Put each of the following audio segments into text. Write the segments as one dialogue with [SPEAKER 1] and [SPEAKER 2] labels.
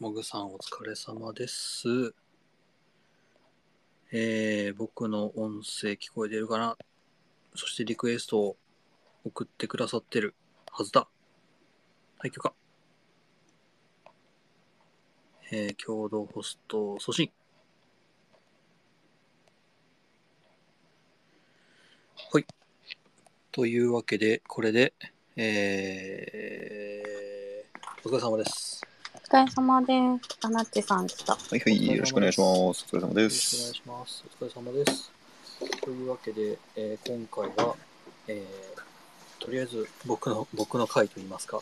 [SPEAKER 1] もぐさんお疲れ様です。えー、僕の音声聞こえてるかなそしてリクエストを送ってくださってるはずだ。はい、許可。えー、共同ホスト送信。はい。というわけで、これで、えー、お疲れ様です。
[SPEAKER 2] お疲れ様です。あなっちさん来た。
[SPEAKER 3] はいはい、よろしくお願いします。お疲れ様
[SPEAKER 1] よ
[SPEAKER 3] で
[SPEAKER 1] ろしくお願いし
[SPEAKER 3] す。
[SPEAKER 1] ます。お疲れ様です。というわけで、えー今回は、えーとりあえず僕の僕の回といいますか、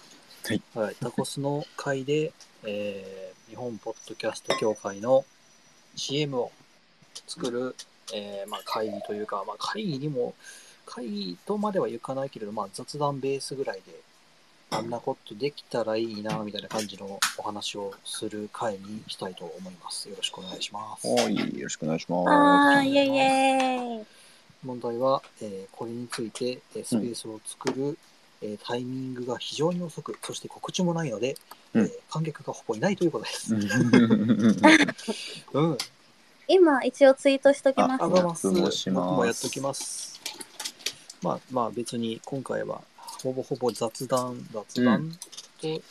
[SPEAKER 3] はい
[SPEAKER 1] タコスの回で、えー日本ポッドキャスト協会の CM を作る、えーまあ、会議というか、まあ、会議にも会議とまではいかないけれど、まあ、雑談ベースぐらいであんなことできたらいいなみたいな感じのお話をする会にしたいと思います。よろしくお願いします。
[SPEAKER 3] はい、よろしくお願いしま
[SPEAKER 2] あー、イエイイエイ。
[SPEAKER 1] 問題は、えーこれについて、えースペースを作る、えータイミングが非常に遅く、そして告知もないので、
[SPEAKER 3] う
[SPEAKER 1] え
[SPEAKER 3] ん
[SPEAKER 1] ー観客がほぼいないということです。
[SPEAKER 3] す。
[SPEAKER 1] うん。あ
[SPEAKER 2] 今一応ツイートしとき
[SPEAKER 1] ありが
[SPEAKER 2] ますね
[SPEAKER 1] とうございます。
[SPEAKER 3] お願いします
[SPEAKER 1] 僕もやっときます。まあまあ別に今回はほぼほぼ雑談、雑
[SPEAKER 3] う
[SPEAKER 1] 談と言っ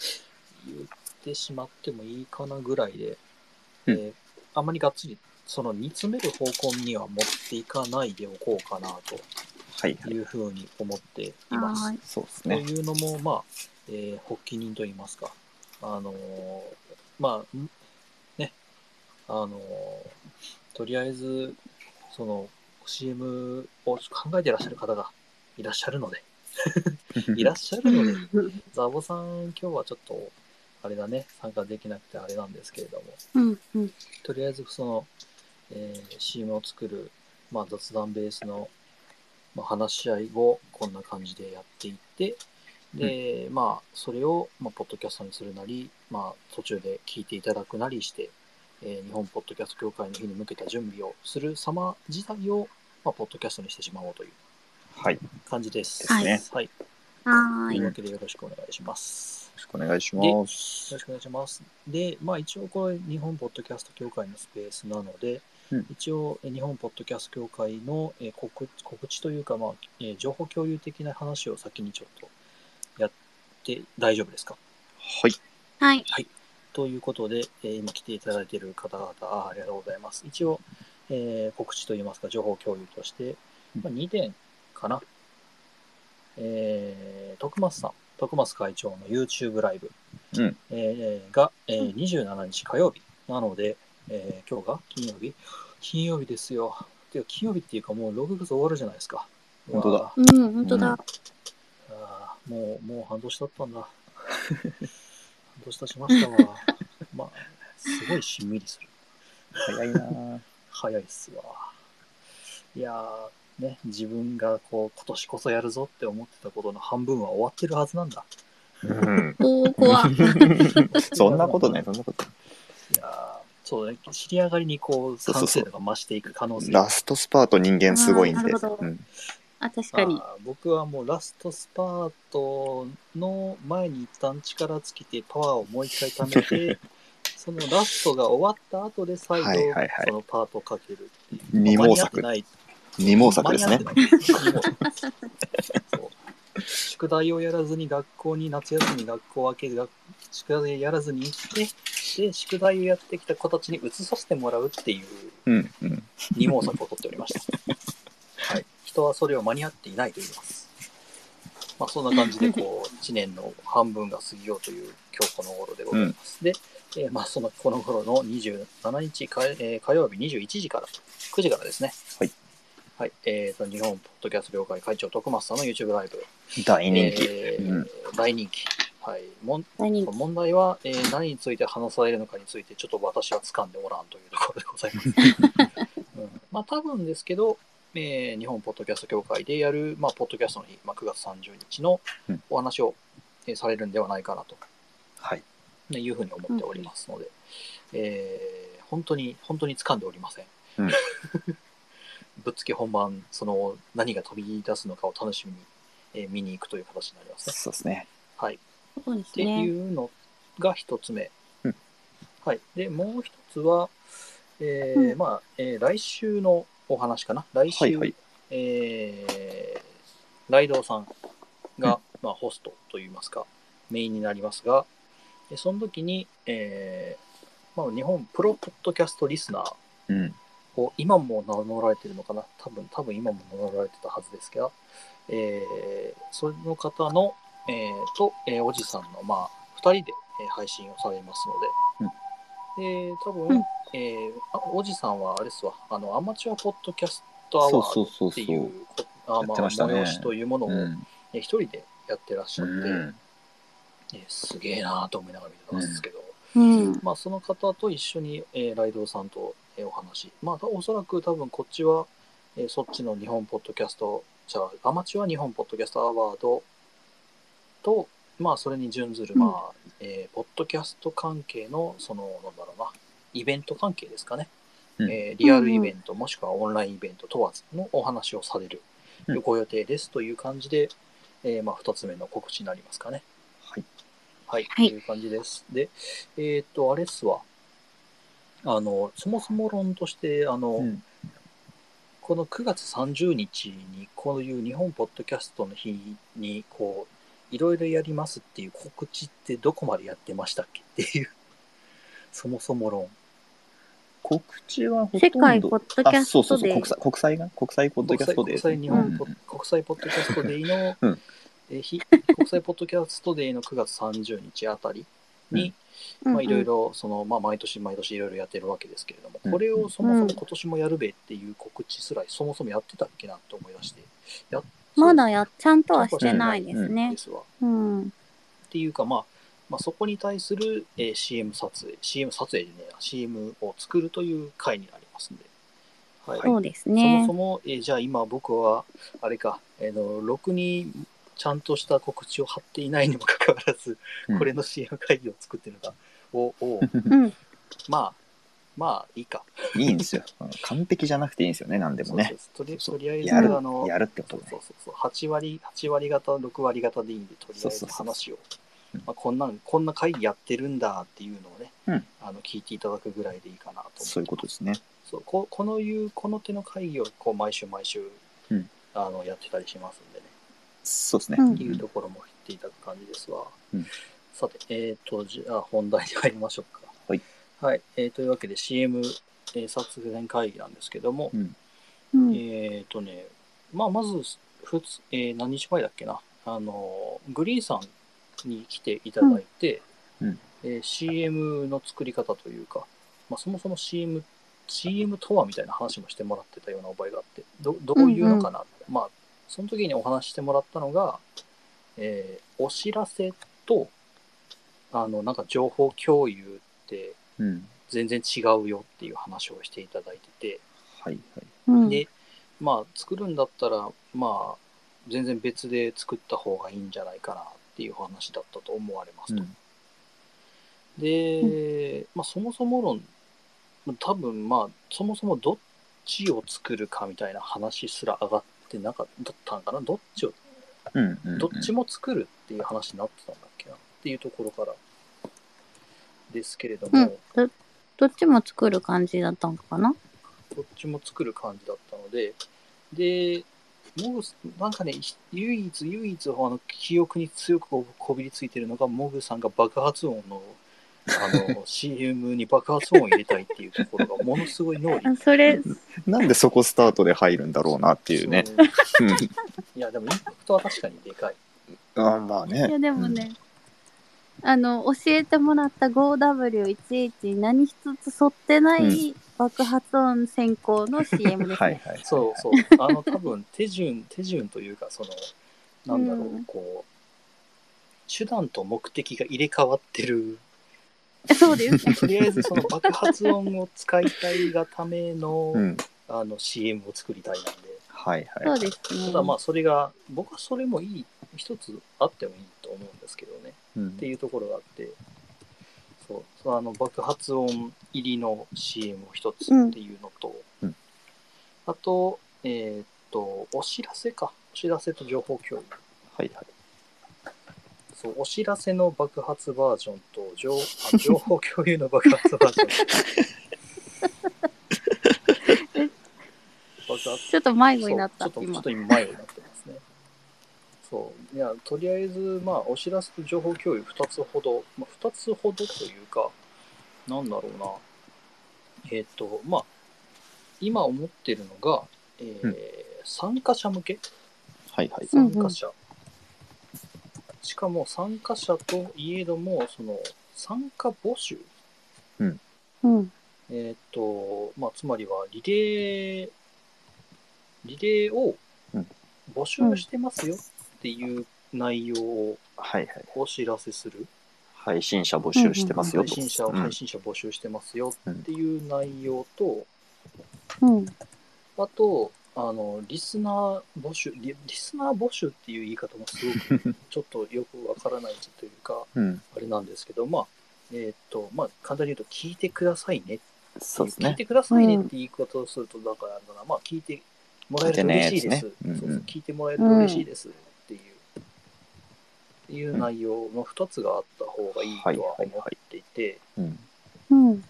[SPEAKER 1] てしまってもいいかなぐらいで、
[SPEAKER 3] う
[SPEAKER 1] え
[SPEAKER 3] ん
[SPEAKER 1] ーあんまりがっつりその煮詰める方向には持っていかないでおこうかなと。
[SPEAKER 3] はい
[SPEAKER 1] と
[SPEAKER 3] はい
[SPEAKER 1] い、うふうに思っています。
[SPEAKER 2] はい。
[SPEAKER 3] そうです
[SPEAKER 1] と
[SPEAKER 3] ね。
[SPEAKER 1] いうのも、まあえー発起人といいますか、あのーまあ、んね、あのーとりあえず、その CM を考えていらっしゃる方がいらっしゃるので、いらっしゃるので、ザボさん、今日はちょっと、あれだね、参加できなくてあれなんですけれども、
[SPEAKER 2] うんうん。
[SPEAKER 1] とりあえずその、えー、CM を作る、まあ、雑談ベースの、まあ、話し合いをこんな感じでやっていってで、まあそれを、まあ、ポッドキャストにするなり、まあ、途中で聞いていただくなりして、えー日本ポッドキャスト協会の日に向けた準備をする様自体を、まあ、ポッドキャストにしてしまおうという
[SPEAKER 3] はい、よ
[SPEAKER 1] 感じです。
[SPEAKER 2] はい
[SPEAKER 3] です
[SPEAKER 1] はい、と
[SPEAKER 2] はー
[SPEAKER 1] い
[SPEAKER 2] い。
[SPEAKER 1] うわけでよろしくお願いします。
[SPEAKER 3] ろしくお願いします。
[SPEAKER 1] よろしくお願いします。で、まあ一応これ日本ポッドキャスト協会のスペースなので、
[SPEAKER 3] うん
[SPEAKER 1] 一応え日本ポッドキャスト協会のえー告告知というか、まあえー情報共有的な話を先にちょっとやって大丈夫ですか
[SPEAKER 3] はい、
[SPEAKER 2] はい。
[SPEAKER 1] ということで、えー今来ていただいている方々あ、ありがとうございます。一応、えー告知といいますか、情報共有として、まあ、2点かな。えー、徳松さん、徳松会長の YouTube ライブ、
[SPEAKER 3] うん
[SPEAKER 1] えーが、えー27日火曜日なので、えー今日が金曜日金曜日ですよ。てか金曜日っていうかもう6月終わるじゃないですか。
[SPEAKER 3] 本当だ
[SPEAKER 1] うわー
[SPEAKER 2] うん、本当だ。
[SPEAKER 1] ああ、もう、もう半年経ったんだ。 半年経ちましたわ。 まあ、すごいしんみりする。
[SPEAKER 3] 早いなぁ。
[SPEAKER 1] 早いっすわ。いやー、ね、自分がこう、今年こそやるぞって思ってたことの半分は終わってるはずなんだ。
[SPEAKER 3] うん
[SPEAKER 2] おー、怖っ。
[SPEAKER 3] そんなことない、そんなことない
[SPEAKER 1] いやー、そうだね、知り上がりにこう、
[SPEAKER 3] そうそう
[SPEAKER 1] 完
[SPEAKER 3] そ
[SPEAKER 1] 成
[SPEAKER 3] う
[SPEAKER 1] 度が増していく可能性
[SPEAKER 3] ラストスパート人間すごいん
[SPEAKER 2] あーな
[SPEAKER 3] で
[SPEAKER 2] るほど。
[SPEAKER 3] うん
[SPEAKER 2] あ、確かに。
[SPEAKER 1] あー僕はもうラストスパートの前に一旦力尽きてパワーをもう一回貯め てそのラストが終わった後で再度
[SPEAKER 3] はいはいはい
[SPEAKER 1] そのパートをかける、
[SPEAKER 3] 二毛作。
[SPEAKER 1] 間に合って
[SPEAKER 3] 二毛作ですね。
[SPEAKER 1] 間に合ってないそう宿題をやらずに学校に夏休みに学校明け学宿題をやらずに行ってで宿題をやってきた子たちに移させてもらうっていう
[SPEAKER 3] うん、うん。
[SPEAKER 1] 二毛作を取っておりました。はい。人はそれを間に合っていないと言います。まあそんな感じで、こう、1年 の半分が過ぎようという今日この頃でございます。で、えーまあそのこの頃の27日火,、えー火曜日21時から、9時からですね。
[SPEAKER 3] はい。
[SPEAKER 1] はい。えっ、と、日本ポッドキャスト業界会長徳松さんの YouTube ライブ。
[SPEAKER 3] 大人気。
[SPEAKER 1] えー
[SPEAKER 3] うん
[SPEAKER 1] 大人気。はい。もん
[SPEAKER 2] 大人気。
[SPEAKER 1] 問題は、えー何について話されるのかについてちょっと私は掴んでおらんというところでございます。 うん、まあ多分ですけど、えー日本ポッドキャスト協会でやる、まあ、ポッドキャストの日、まあ、9月30日の
[SPEAKER 3] うん
[SPEAKER 1] お話を、えーされるんではないかなと
[SPEAKER 3] はい。
[SPEAKER 1] ねいうふうに思っておりますので、えー本当に本当に掴んでおりません。
[SPEAKER 3] うん
[SPEAKER 1] ぶっつけ本番、その何が飛び出すのかを楽しみに、えー見に行くという形になりますね。
[SPEAKER 3] そうですね。
[SPEAKER 1] はい
[SPEAKER 2] そうで
[SPEAKER 1] っ
[SPEAKER 2] す
[SPEAKER 1] て
[SPEAKER 2] ね。
[SPEAKER 1] いうのが一つ目、
[SPEAKER 3] うん
[SPEAKER 1] はい、でもう一つは、えー
[SPEAKER 2] うん
[SPEAKER 1] まあえー来週のお話かな、来週、
[SPEAKER 3] はいはい。
[SPEAKER 1] えーライドウさんが、まあ、ホストといいますか、メインになりますが、でその時に、えーまあ、日本プロポッドキャストリスナー
[SPEAKER 3] うん。
[SPEAKER 1] を今も名乗られてるのかな、多分多分今も名乗られてたはずですけど、えーその方の、えーと、えーおじさんの、まあ、2人でえー配信をされますので、で多分、
[SPEAKER 2] うん
[SPEAKER 1] えーあおじさんはあれですわあの、アマチュアポッドキャストア
[SPEAKER 3] そう
[SPEAKER 1] ワード
[SPEAKER 3] そうそう
[SPEAKER 1] っ
[SPEAKER 3] そ
[SPEAKER 1] ていう
[SPEAKER 3] う。
[SPEAKER 1] こあ
[SPEAKER 3] やってましたね
[SPEAKER 1] まあ催しというものを
[SPEAKER 3] う
[SPEAKER 1] え
[SPEAKER 3] ん。
[SPEAKER 1] 一人でやってらっしゃって、
[SPEAKER 3] うん
[SPEAKER 1] えすげえなと思いながら見てたんですけど、
[SPEAKER 2] うん。
[SPEAKER 1] まあ、その方と一緒に、えーライドウさんと、えーお話、まあ、おそらく多分こっちは、えーそっちの日本ポッドキャスト、じゃあアマチュア日本ポッドキャストアワードと、まあ、それに準ずる、
[SPEAKER 2] うん
[SPEAKER 1] まあえーポッドキャスト関係の、その、なんだろうな、イベント関係ですかね、
[SPEAKER 3] うん
[SPEAKER 1] えーリアルイベント、もしくはオンラインイベント問わずのお話をされる、
[SPEAKER 3] うん
[SPEAKER 1] ご予定ですという感じで、えーまあ、2つ目の告知になりますかね。
[SPEAKER 3] はい。
[SPEAKER 1] はい、
[SPEAKER 2] はい
[SPEAKER 1] という感じです。で、えーっと、あれっすわ。あの、そもそも論として、あの、
[SPEAKER 3] うん
[SPEAKER 1] この9月30日に、こういう日本ポッドキャストの日に、こう、いろいろやりますっていう告知ってどこまでやってましたっけっていう、 そもそも論。
[SPEAKER 3] 告知はほとんど
[SPEAKER 2] 世界ポッドキャ
[SPEAKER 3] あ、
[SPEAKER 2] ス
[SPEAKER 3] そうそ
[SPEAKER 2] ト
[SPEAKER 3] うそう、
[SPEAKER 2] で
[SPEAKER 3] 国際、国際が国際ポッド
[SPEAKER 1] 国
[SPEAKER 3] キャス
[SPEAKER 1] 際
[SPEAKER 3] ト
[SPEAKER 1] 国
[SPEAKER 3] で。
[SPEAKER 1] 際日本ポ
[SPEAKER 3] うん
[SPEAKER 1] 国際ポッドキャストデイの、
[SPEAKER 3] うん
[SPEAKER 1] えー日 国際ポッドキャストデイの9月30日あたりに、まあ、いろい。ろその、まあ、毎年毎年いろいろやってるわけですけれども、
[SPEAKER 3] うん
[SPEAKER 1] これをそもそも今年もやるべっていう告知すらそもそもやってたっけなって思い出して、やっ
[SPEAKER 2] まだや、ちゃんとはしてないです
[SPEAKER 1] そう
[SPEAKER 2] ね
[SPEAKER 1] で。すわ。っ
[SPEAKER 2] うん。
[SPEAKER 1] ていうか、まあ、まあ、そこに対する、えー CM 撮影、CM 撮影でねえな、CM を作るという回になりますんで。はい
[SPEAKER 2] そうです
[SPEAKER 1] そも
[SPEAKER 2] ね
[SPEAKER 1] そ。も、えーじゃあ今僕は、あれか、えーの、ろくにちゃんとした告知を貼っていないにもかかわらず、
[SPEAKER 3] うん
[SPEAKER 1] これの CM 会議を作ってるのが、お、お、
[SPEAKER 2] うん。
[SPEAKER 1] まあ、まあいいか。
[SPEAKER 3] いいんですよ。うん完璧じゃなくていいんですよね、なんでもね。
[SPEAKER 1] そうそう
[SPEAKER 3] そう
[SPEAKER 1] とりとりあ
[SPEAKER 3] や
[SPEAKER 1] え
[SPEAKER 3] る
[SPEAKER 1] ず、あの、
[SPEAKER 3] やるってこと
[SPEAKER 1] そ
[SPEAKER 3] ね
[SPEAKER 1] う。そうそう8割、八割型、6割型でいいんで、とりあ
[SPEAKER 3] そう
[SPEAKER 1] えず
[SPEAKER 3] そうそう
[SPEAKER 1] 話を
[SPEAKER 3] うん、
[SPEAKER 1] まあ、こんなん、こんな会議やってるんだっていうのをね、
[SPEAKER 3] うん
[SPEAKER 1] あの聞いていただくぐらいでいいかなと思って
[SPEAKER 3] そういうことですね。
[SPEAKER 1] そうここのいう、この手の会議をこう毎週毎週、
[SPEAKER 3] うん
[SPEAKER 1] あのやってたりしますんでね。
[SPEAKER 3] そうですね。
[SPEAKER 2] うん
[SPEAKER 1] っていうところも言っていただく感じですわ。
[SPEAKER 3] うん
[SPEAKER 1] さて、えー、と、じゃあ本題に入りましょうか。
[SPEAKER 3] はい。
[SPEAKER 1] はい。えーというわけで CM、えー、撮影会議なんですけども、
[SPEAKER 2] うん。
[SPEAKER 1] えっ、とね、まあ、まず、ふつ、えー何日前だっけな、あの、グリーンさんに来ていただいて、
[SPEAKER 3] うん
[SPEAKER 1] えー CM の作り方というか、まあ、そもそも CM、CM とはみたいな話もしてもらってたような覚えがあって、ど、どういうのかな、まあ、その時にお話ししてもらったのが、えーお知らせと、あの、なんか情報共有って
[SPEAKER 3] うん。
[SPEAKER 1] 全然違うよっていう話をしていただいてて、
[SPEAKER 3] はいはい。
[SPEAKER 2] うん。
[SPEAKER 1] で、まあ、作るんだったら、まあ、全然別で作った方がいいんじゃないかなっていう話だったと思われますと。
[SPEAKER 3] うん
[SPEAKER 1] で、まあ、そもそも論、多分、まあ、そもそもどっちを作るかみたいな話すら上がってなかったんかな。どっちを、
[SPEAKER 3] うんうんうん。
[SPEAKER 1] どっちも作るっていう話になってたんだっけなっていうところからですけれども、
[SPEAKER 2] うんどっちも作る感じだったのかな
[SPEAKER 1] どっちも作る感じだったので、で、モグスなんかね、唯一、唯一、あの記憶に強くここびりついてるのが、モグさんが爆発音のあ の CM に爆発音を入れたいっていうところが、ものすごい脳裏に。
[SPEAKER 2] あそれ、
[SPEAKER 3] なんでそこスタートで入るんだろうなっていうね。う
[SPEAKER 1] そう。いや、でもインパクトは確かにでかい。
[SPEAKER 3] んあまあね。
[SPEAKER 2] いやでもね、あの教えてもらった 5W11 何一つ沿ってない爆発音先行の CM
[SPEAKER 3] うん。
[SPEAKER 2] です
[SPEAKER 3] は
[SPEAKER 2] ね。
[SPEAKER 3] いはい。
[SPEAKER 1] そうそう。あの、多分手順、手順というか、その、なんだろ
[SPEAKER 2] う
[SPEAKER 1] う、
[SPEAKER 2] ん
[SPEAKER 1] こう、手段と目的が入れ替わってる
[SPEAKER 2] そうです。
[SPEAKER 1] とりあえずその爆発音を使いたいがための,、
[SPEAKER 3] うん。
[SPEAKER 1] あの CM を作りたいなんで、
[SPEAKER 3] はい
[SPEAKER 2] そ
[SPEAKER 3] は
[SPEAKER 2] う
[SPEAKER 3] い。
[SPEAKER 2] ですね。
[SPEAKER 1] ただまあそれが、僕はそれもいい、一つあってもいいと思うんですけどね、
[SPEAKER 3] うん
[SPEAKER 1] っていうところがあって、そう、そのあの爆発音入りの CM を一つっていうのと、
[SPEAKER 3] うん
[SPEAKER 1] あと、えーっと、お知らせか、お知らせと情報共有。
[SPEAKER 3] はいはい。
[SPEAKER 1] そうお知らせの爆発バージョンと情 あ情報共有の爆発バージョン爆発
[SPEAKER 2] ちょっと迷子になった
[SPEAKER 1] そうちょっとちょっ
[SPEAKER 2] 今
[SPEAKER 1] と今迷子になってますね そういやとりあえずまあお知らせと情報共有2つほど、まあ、2つほどというかなんだろうなえっ、とまあ今思ってるのが、えー
[SPEAKER 3] うん
[SPEAKER 1] 参加者向け
[SPEAKER 3] はいはい。
[SPEAKER 2] うん
[SPEAKER 1] 参加者、しかも参加者といえどもその参加募集
[SPEAKER 2] うん
[SPEAKER 1] えーっと、まあ、つまりはリレー、リレーを
[SPEAKER 3] うん
[SPEAKER 1] 募集してますよっていう内容を
[SPEAKER 3] はいはい。
[SPEAKER 1] お知らせする。
[SPEAKER 3] 配信者募集してますよ
[SPEAKER 1] 配
[SPEAKER 3] と。
[SPEAKER 1] 信者を、
[SPEAKER 3] うん
[SPEAKER 1] 配信者募集してますよっていう内容と、
[SPEAKER 2] うん
[SPEAKER 1] あと、あの、リスナー募集、リリスナー募集っていう言い方もすご くちょっとよくわからないというか、
[SPEAKER 3] うん。
[SPEAKER 1] あれなんですけど、まあ、えーっと、まあ、簡単に言うと、聞いてくださいね
[SPEAKER 3] そうです
[SPEAKER 1] 聞い
[SPEAKER 3] ね。
[SPEAKER 1] てくださいねって言い方をすると、だからあれだな、まあ、聞いてもらえると嬉しいです。
[SPEAKER 3] 聞いてねですねうんうん
[SPEAKER 1] そうそう聞いてもらえると嬉しいですっていう、っていう内容の2つがあった方がいいとは思っていて、
[SPEAKER 3] うん。
[SPEAKER 2] うん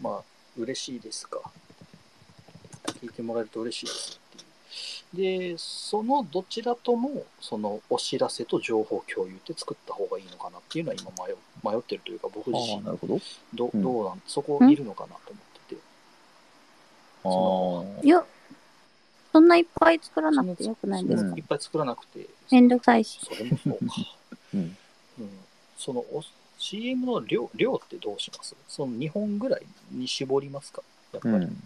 [SPEAKER 1] まあ、嬉しいですか。聞いてもらえると嬉しいですっていう。で、そのどちらとも、そのお知らせと情報共有って作った方がいいのかなっていうのは今迷迷ってるというか、僕自
[SPEAKER 3] ああ、
[SPEAKER 1] 身
[SPEAKER 3] なるほど。
[SPEAKER 1] ど、
[SPEAKER 3] うん
[SPEAKER 1] どうなん、そこいるのかなと思ってて。
[SPEAKER 3] ああ。
[SPEAKER 2] いやそんないっぱい作らなくてよくないです
[SPEAKER 3] す
[SPEAKER 2] か
[SPEAKER 3] か
[SPEAKER 1] いっぱい作らなくて、
[SPEAKER 2] めんどくさいし
[SPEAKER 1] それもそうか。
[SPEAKER 3] うん。
[SPEAKER 1] うん、そのお CM の量量ってどうしますその2本ぐらいに絞りますかやっぱ
[SPEAKER 3] う
[SPEAKER 1] り。
[SPEAKER 3] ん。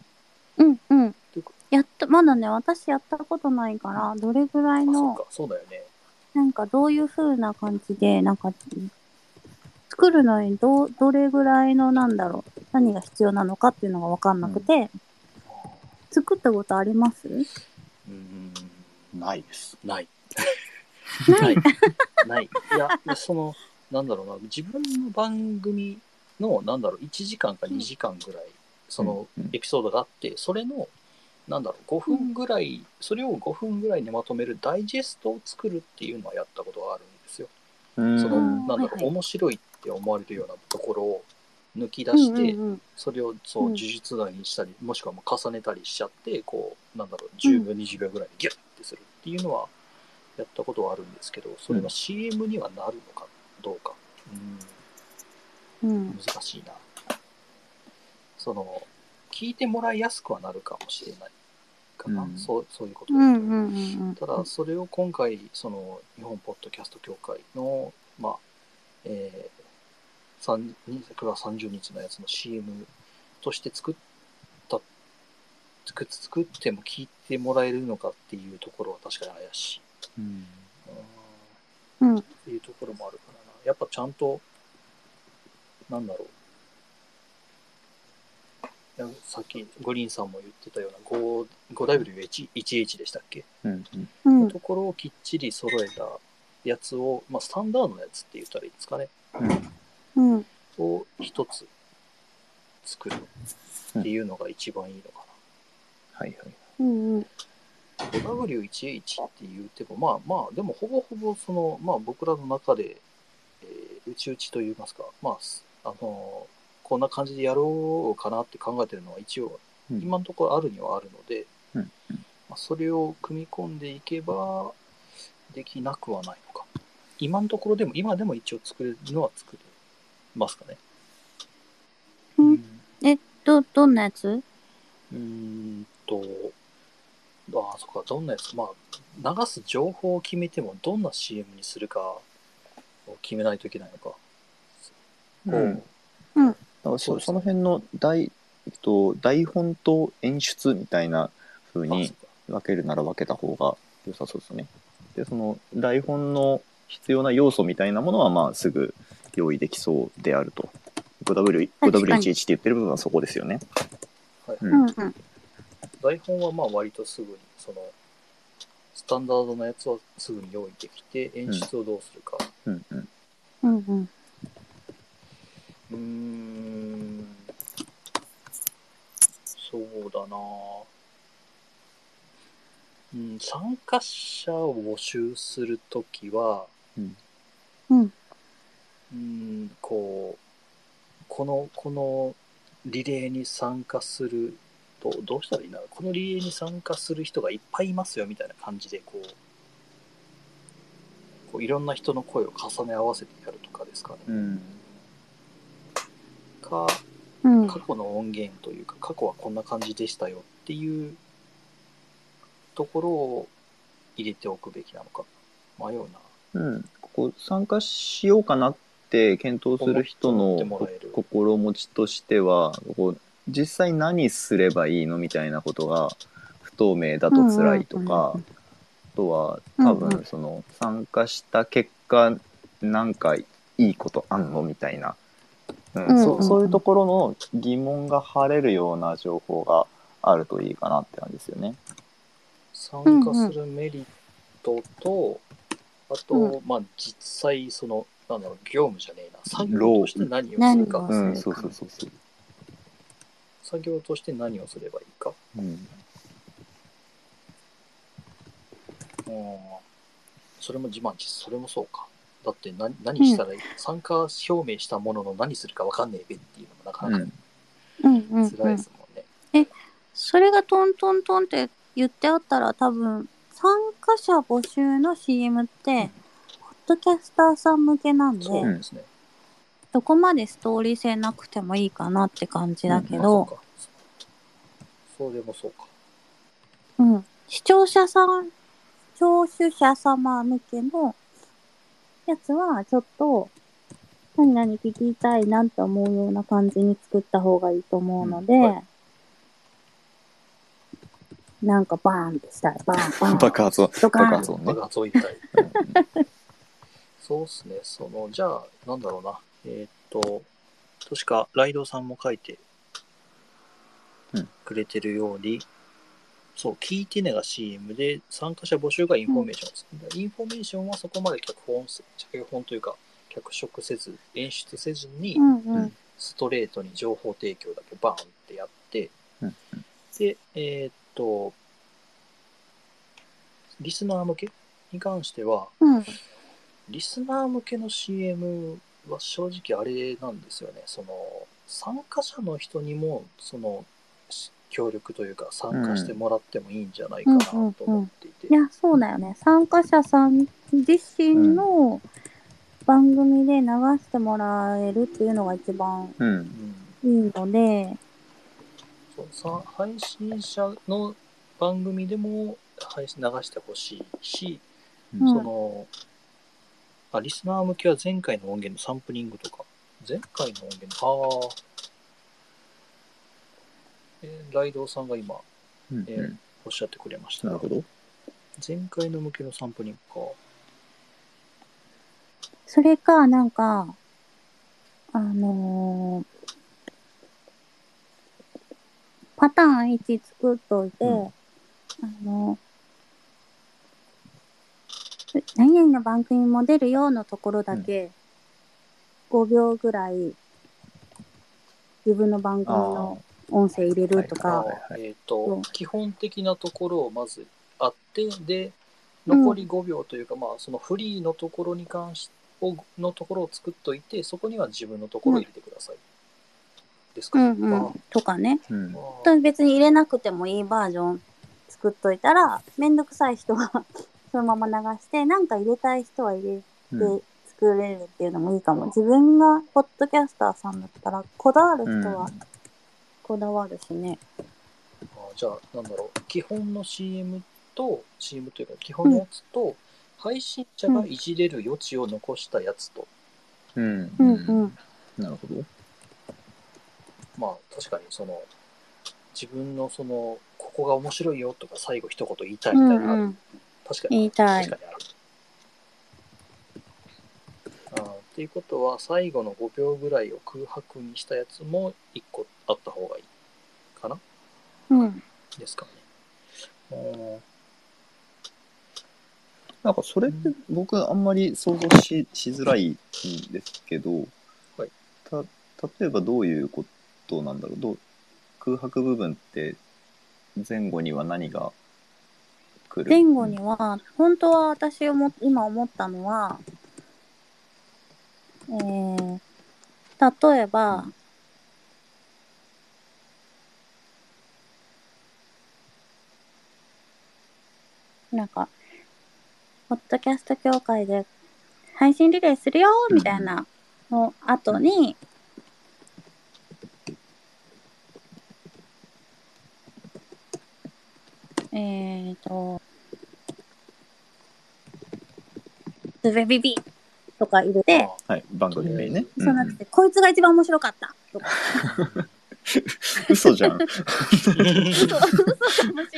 [SPEAKER 2] うんうん
[SPEAKER 1] ていうか
[SPEAKER 2] やっとまだね私やったことないからどれぐら
[SPEAKER 1] あ、
[SPEAKER 2] い
[SPEAKER 1] そっ
[SPEAKER 2] の
[SPEAKER 1] か、そうだよね。
[SPEAKER 2] なんかどういう風な感じで、なんか、作るのにどう、どれぐらいのなんだろう、何が必要なのかっていうのがわかんなくて、作ったことあります
[SPEAKER 1] うん、
[SPEAKER 3] ないです。
[SPEAKER 1] ない。。
[SPEAKER 2] な い
[SPEAKER 1] ない。いや、その、なんだろうな、自分の番組の、なんだろう、1時間か2時間ぐらい、その
[SPEAKER 3] うんうん
[SPEAKER 1] エピソードがあって、それの、なんだろう、5分ぐらい、それを5分ぐらいにまとめるダイジェストを作るっていうのはやったことがあるんですよ。そ
[SPEAKER 3] そ
[SPEAKER 1] の、
[SPEAKER 2] うん
[SPEAKER 1] なんだろ
[SPEAKER 2] は
[SPEAKER 1] う、
[SPEAKER 2] いはい
[SPEAKER 1] 面白いって思われるようなところを抜き出
[SPEAKER 2] う
[SPEAKER 1] し
[SPEAKER 2] ん
[SPEAKER 1] て、
[SPEAKER 2] うん
[SPEAKER 1] それをそう
[SPEAKER 2] うん
[SPEAKER 1] 呪術台にしたり、もしくはもう重ねたりしちゃってこうなんだろう10秒20秒ぐらいでギュッてするっていうのはやったことはあるんですけどそれ
[SPEAKER 3] う
[SPEAKER 1] が
[SPEAKER 3] ん
[SPEAKER 1] CM にはなるのかどうか、う、
[SPEAKER 2] うんん。
[SPEAKER 1] 難しいなその聞いてもらいやすくはなるかもしれないかな、
[SPEAKER 3] うん
[SPEAKER 1] そうそういうこと
[SPEAKER 2] う
[SPEAKER 1] だと
[SPEAKER 2] んうんうん
[SPEAKER 1] ただそれを今回その日本ポッドキャスト協会のまあえー、3 9月30日のやつの CM として作った作作っても聞いてもらえるのかっていうところは確かに怪しい、
[SPEAKER 3] うん。
[SPEAKER 1] うん、っ
[SPEAKER 2] うん。うん
[SPEAKER 1] ていうところもあるからなやっぱちゃんとなんだろういやさっきグリーンさんも言ってたような 5- 5W1H でしたっけ
[SPEAKER 3] うん。
[SPEAKER 2] うん
[SPEAKER 1] ところをきっちり揃えたやつを、まあ、スタンダードのやつって言ったらいいですかね、
[SPEAKER 2] うん。
[SPEAKER 1] を一つ作るっていうのが一番いいのか
[SPEAKER 3] はいはい。
[SPEAKER 2] うんうん。
[SPEAKER 1] な。5W1H って言っても、まあまあ、でもほぼほぼその、まあ、僕らの中で、えー、うちうちと言いますか、まあ、すあのーこんな感じでやろうかなって考えてるのは一応、
[SPEAKER 3] うん
[SPEAKER 1] 今のところあるにはあるので、
[SPEAKER 3] うんう
[SPEAKER 1] まあ、それを組み込んでいけばできなくはないのか。今のところでも、今でも一応作れるのは作れますかね。
[SPEAKER 2] うん
[SPEAKER 1] うん
[SPEAKER 2] ど、どんなやつ
[SPEAKER 1] うーんと、ああ、そっか、どんなやつ、まあ、流す情報を決めても、どんな CM にするかを決めないといけないのか。
[SPEAKER 3] うん。だから
[SPEAKER 1] そうで
[SPEAKER 3] そ
[SPEAKER 1] すね
[SPEAKER 3] その辺の台,、えっと、台本と演出みたいな風
[SPEAKER 1] あ
[SPEAKER 3] に
[SPEAKER 1] そっか
[SPEAKER 3] 分けるなら分けた方が良さそうですね。でその台本の必要な要素みたいなものはまあすぐ用意できそうであると。5W
[SPEAKER 2] 確かに
[SPEAKER 3] 5W11 って言ってる部分はそこですよね。
[SPEAKER 1] はい
[SPEAKER 3] うん
[SPEAKER 2] うんうん。
[SPEAKER 1] 台本はまあ割とすぐに、その、スタンダードのやつはすぐに用意できて、演出をどうするか。
[SPEAKER 3] うんうん
[SPEAKER 2] うんうん。
[SPEAKER 1] うーん、そうだなぁうん、参加者を募集するときは、
[SPEAKER 3] うん
[SPEAKER 2] うん
[SPEAKER 1] うんこうこのこのリレーに参加するとどうしたらいいんだろうこのリレーに参加する人がいっぱいいますよみたいな感じでこうこういろんな人の声を重ね合わせてやるとかですかね。
[SPEAKER 3] うん
[SPEAKER 1] か
[SPEAKER 2] うん。
[SPEAKER 1] 過去の音源というか過去はこんな感じでしたよっていうところを入れておくべきなのか迷うな
[SPEAKER 3] うん、ここ参加しようかなって検討する人
[SPEAKER 1] 思っ
[SPEAKER 3] の
[SPEAKER 1] てもらえる
[SPEAKER 3] こ心持ちとしてはこう実際何すればいいのみたいなことが不透明だと辛いと
[SPEAKER 2] う
[SPEAKER 3] か、
[SPEAKER 2] んうんうんうん
[SPEAKER 3] あとは
[SPEAKER 2] うん
[SPEAKER 3] 多
[SPEAKER 2] うん
[SPEAKER 3] 分その参加した結果なんかいいことあんのみたいな、うん
[SPEAKER 2] うんうん
[SPEAKER 3] そうそういうところの疑問が晴れるような情報があるといいかなって感じですよね。
[SPEAKER 1] 参加するメリットと、あと、
[SPEAKER 2] う
[SPEAKER 1] まあ実際そのなんだろう業務じゃねえな作業として何をする
[SPEAKER 2] ロ
[SPEAKER 1] か
[SPEAKER 2] ー
[SPEAKER 3] うん、
[SPEAKER 2] そ
[SPEAKER 3] そうう
[SPEAKER 2] か
[SPEAKER 3] そうそうそう。
[SPEAKER 1] 作業として何をすればいいか、
[SPEAKER 3] うん
[SPEAKER 1] うん、それも自慢ちそれもそうかだって何何したらいい、参加表明したものの何するか分かんねえべっていうのもなかなか
[SPEAKER 2] うんうんう
[SPEAKER 1] 辛いで
[SPEAKER 2] ん。
[SPEAKER 1] すもんね、
[SPEAKER 2] それがトントントンって言ってあったら多分参加者募集の CM ってポッドキャスターさん向けなんで
[SPEAKER 1] そうなんですね、
[SPEAKER 2] どこまでストーリー性なくてもいいかなって感じだけ
[SPEAKER 1] まあそう
[SPEAKER 2] ど、
[SPEAKER 1] かそうでもそうか
[SPEAKER 2] うん視聴者さん聴取者様向けのやつはちょっと何々聞きたいなと思うような感じに作った方がいいと思うので、
[SPEAKER 1] うんは
[SPEAKER 2] なんかバーンってしたいバーンバーン
[SPEAKER 3] 爆発音
[SPEAKER 2] ドカーン
[SPEAKER 3] 爆発音ね
[SPEAKER 1] 爆。発を 言いたい
[SPEAKER 3] うん
[SPEAKER 1] そうっすね、その、じゃあ、なんだろうな、えーっと、確か、ライドさんも書いて
[SPEAKER 3] うん
[SPEAKER 1] くれてるように、そう、聞いてねが CM で、参加者募集がインフォメーションです、インフォメーションはそこまで脚本、脚本というか、脚色せず、演出せずに、
[SPEAKER 2] うんうん
[SPEAKER 1] ストレートに情報提供だけバーンってやって、
[SPEAKER 3] うん
[SPEAKER 1] で、えーっと、リスナー向けに関しては、
[SPEAKER 2] うん
[SPEAKER 1] リスナー向けの CM は正直あれなんですよね。その参加者の人にもそのし協力というか参加してもらってもいいんじゃないかなと思っていて。
[SPEAKER 2] いや、そうだよね。参加者さん自身の番組で流してもらえるっていうのが一番
[SPEAKER 3] うん
[SPEAKER 1] うん
[SPEAKER 2] いいので、
[SPEAKER 1] そうさ配信者の番組でも配信流してほしいし、
[SPEAKER 3] うん
[SPEAKER 1] そのあリスナー向けは前回の音源のサンプリングとか前回の音源のああ、えーライドウさんが今
[SPEAKER 3] うん
[SPEAKER 1] えーおっしゃってくれました
[SPEAKER 3] なるほど。
[SPEAKER 1] 前回の向けのサンプリングか。
[SPEAKER 2] それか、なんか、あのーパターン1作っといて、
[SPEAKER 3] うん
[SPEAKER 2] あの何々の番組も出るよのところだけ、5秒ぐらい、自分の番組の音声入れると
[SPEAKER 3] あ
[SPEAKER 2] か
[SPEAKER 3] ー、はいはい
[SPEAKER 1] えっ、
[SPEAKER 2] う
[SPEAKER 1] と
[SPEAKER 2] ん、
[SPEAKER 1] 基本的なところをまずあって、で、残り5秒というか、まあ、そのフリーのところに関しをのところを作っといて、そこには自分のところを入れてください。ですか
[SPEAKER 2] う
[SPEAKER 1] ね。
[SPEAKER 2] んう
[SPEAKER 1] ま
[SPEAKER 2] ん、とかね。
[SPEAKER 3] うん
[SPEAKER 1] あまあ
[SPEAKER 2] 本当に別に入れなくてもいいバージョン作っといたら、めんどくさい人は そのまま流して、なんか入れたい人は入れ
[SPEAKER 3] うん
[SPEAKER 2] て作れるっていうのもいいかも。自分がポッドキャスターさんだったら、こだわる人はこだわるしね。
[SPEAKER 1] あじゃあ、なんだろう、基本の CM と、CM というか、基本のやつと、配信者がいじれる余地を残したやつと、
[SPEAKER 3] うん
[SPEAKER 2] うんうん。
[SPEAKER 3] なるほど。
[SPEAKER 1] まあ、確かにその、自分のその、ここが面白いよとか、最後一言言いたいみ
[SPEAKER 2] う
[SPEAKER 1] たいなのある、
[SPEAKER 2] んうん。
[SPEAKER 1] 確かに
[SPEAKER 2] 言いたい
[SPEAKER 1] 確か。にある。あーっていうことは最後の5秒ぐらいを空白にしたやつも1個あった方がいいかな
[SPEAKER 2] うん。
[SPEAKER 1] ですかね。うん
[SPEAKER 3] なんかそれって僕あんまり想像ししづらいんですけど、
[SPEAKER 1] はい
[SPEAKER 3] た例えばどういうことなんだろうどう空白部分って前後には何が来る
[SPEAKER 2] 前後には、本当は私思っ今思ったのは、えー例えば、なんか、ポッドキャスト協会で配信リレーするよ
[SPEAKER 3] うん
[SPEAKER 2] みたいなの後に、えっ、と、ズベビビとか入れて、
[SPEAKER 3] はい、番組名ね。
[SPEAKER 2] そうな
[SPEAKER 3] うん
[SPEAKER 2] です、こいつが一番面白かったとか、
[SPEAKER 3] 嘘 じゃん。
[SPEAKER 2] 嘘嘘かもし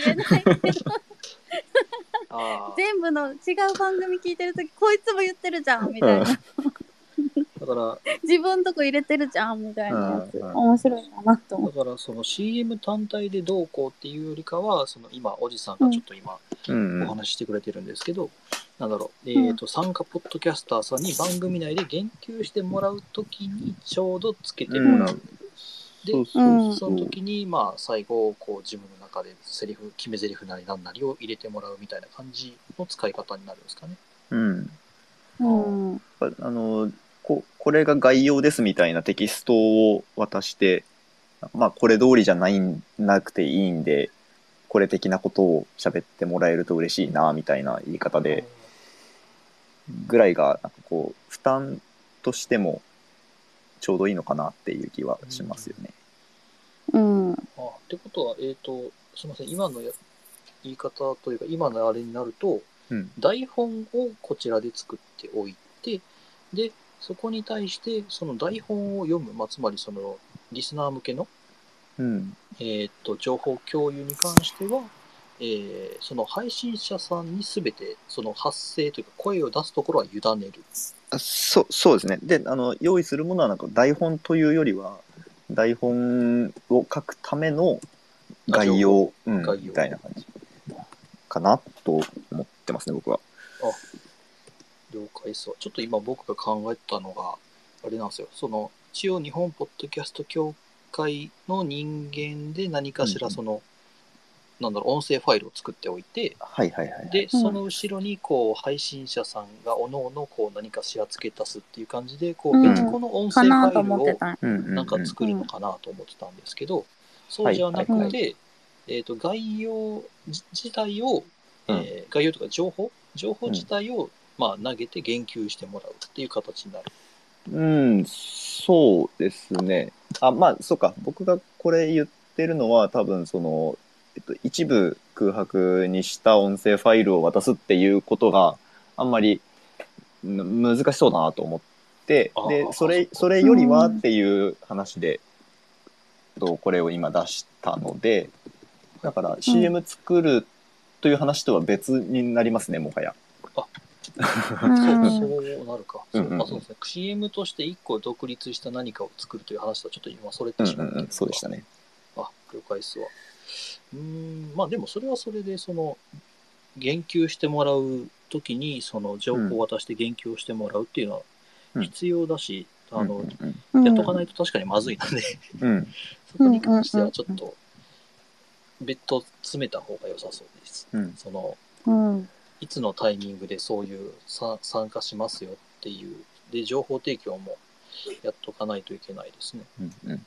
[SPEAKER 2] れないけど、
[SPEAKER 1] あ
[SPEAKER 2] 全部の違う番組聞いてるとき、こいつも言ってるじゃんみたいな、
[SPEAKER 1] あだから
[SPEAKER 2] 自分とこ入れてるじゃんみたいなやつ、
[SPEAKER 3] うんうん
[SPEAKER 2] 面白いなと思っ
[SPEAKER 1] だからその CM 単体でどうこうっていうよりかはその今おじさんがちょっと今
[SPEAKER 3] うんう
[SPEAKER 1] お
[SPEAKER 3] ん。
[SPEAKER 1] 話ししてくれてるんですけど、なんだろう、え
[SPEAKER 2] ん
[SPEAKER 1] ーと参加ポッドキャスターさんに番組内で言及してもらうときにちょうどつけてもらう、
[SPEAKER 3] そうそう
[SPEAKER 2] うん
[SPEAKER 1] その時にまあ最後こう自分の中でセリフ決めセリフなりなんなりを入れてもらうみたいな感じの使い方になるんですかね。
[SPEAKER 3] うん。
[SPEAKER 2] て、うん、
[SPEAKER 3] やっぱあのここれが概要ですみたいなテキストを渡してまあこれ通りじゃないんなくていいんでこれ的なことを喋ってもらえると嬉しいなみたいな言い方でぐらいがなんかこう負担としてもちょうどいいのかなっていう気はしますよね。
[SPEAKER 2] うん、
[SPEAKER 1] あーってことは、えー、とすみません今のや言い方というか今のあれになると
[SPEAKER 3] うん、
[SPEAKER 1] 台本をこちらで作っておいてでそこに対してその台本を読む、まあ、つまりそのリスナー向けの、
[SPEAKER 3] うん、
[SPEAKER 1] えー、と情報共有に関しては、えーその配信者さんに全てその発声というか声を出すところは委ねる。
[SPEAKER 3] あそうそうですね。であの用意するものはなんか台本というよりは台本を書くための概要,、うん、
[SPEAKER 1] 概要
[SPEAKER 3] みたいな感じかなと思ってますね僕は。
[SPEAKER 1] 了解ですわちょっと今僕が考えたのがあれなんですよその一応日本ポッドキャスト協会の人間で何かし
[SPEAKER 3] う
[SPEAKER 1] ら
[SPEAKER 3] んうん
[SPEAKER 1] その、なんだろう音声ファイルを作っておいて
[SPEAKER 3] はいはいはい、はい。
[SPEAKER 1] でその後ろにこう配信者さんがおのおのこう何かしら付け足すっていう感じでこう、
[SPEAKER 2] うん
[SPEAKER 1] 別個の音
[SPEAKER 2] か
[SPEAKER 1] 声フ
[SPEAKER 2] なと
[SPEAKER 1] ァ
[SPEAKER 2] 思って
[SPEAKER 1] イルを
[SPEAKER 2] た。
[SPEAKER 3] うんうんうん
[SPEAKER 1] なんか作るのかなと思ってたんですけど、そうじゃなくて、
[SPEAKER 3] はい
[SPEAKER 2] はい
[SPEAKER 1] えー、と概要じ自体を、
[SPEAKER 3] うん
[SPEAKER 1] えー概要というか情報情報自体を、まあ、投げて言及してもらうっていう形になる。
[SPEAKER 3] うん、そうですね。あ、まあ、そうか。僕がこれ言ってるのは、多分その、えっと、一部空白にした音声ファイルを渡すっていうことがあんまりん難しそうだなと思って
[SPEAKER 1] あ、ー
[SPEAKER 3] で、それ、それよりは
[SPEAKER 2] うん
[SPEAKER 3] っていう話で、えっとこれを今出したので、だから CM 作るという話とは別になりますね、もはや。
[SPEAKER 2] うん
[SPEAKER 1] そうそうなるか、
[SPEAKER 3] うんうんう
[SPEAKER 1] そうあ
[SPEAKER 3] ん
[SPEAKER 1] そうですね、CM として一個独立した何かを作るという話とはちょっと今それ
[SPEAKER 3] う
[SPEAKER 1] て
[SPEAKER 3] ん
[SPEAKER 1] し
[SPEAKER 3] う
[SPEAKER 1] ま
[SPEAKER 3] ん
[SPEAKER 1] って
[SPEAKER 3] うん、そうでしたね。
[SPEAKER 1] あ了解っすわうーんまあでもそれはそれでその言及してもらう時にその情報を渡して言及をしてもらうっていうの
[SPEAKER 3] うん
[SPEAKER 1] は必要だし、あの、
[SPEAKER 3] うんうん
[SPEAKER 1] やっとかないと確かにまずいので、
[SPEAKER 3] うん、うん。
[SPEAKER 1] そこに関してはちょっと別途詰めた方が良さそうです
[SPEAKER 3] うん
[SPEAKER 1] その
[SPEAKER 2] うん
[SPEAKER 1] いつのタイミングでそういうさ参加しますよっていうで情報提供もやっとかないといけないですね
[SPEAKER 3] うんうん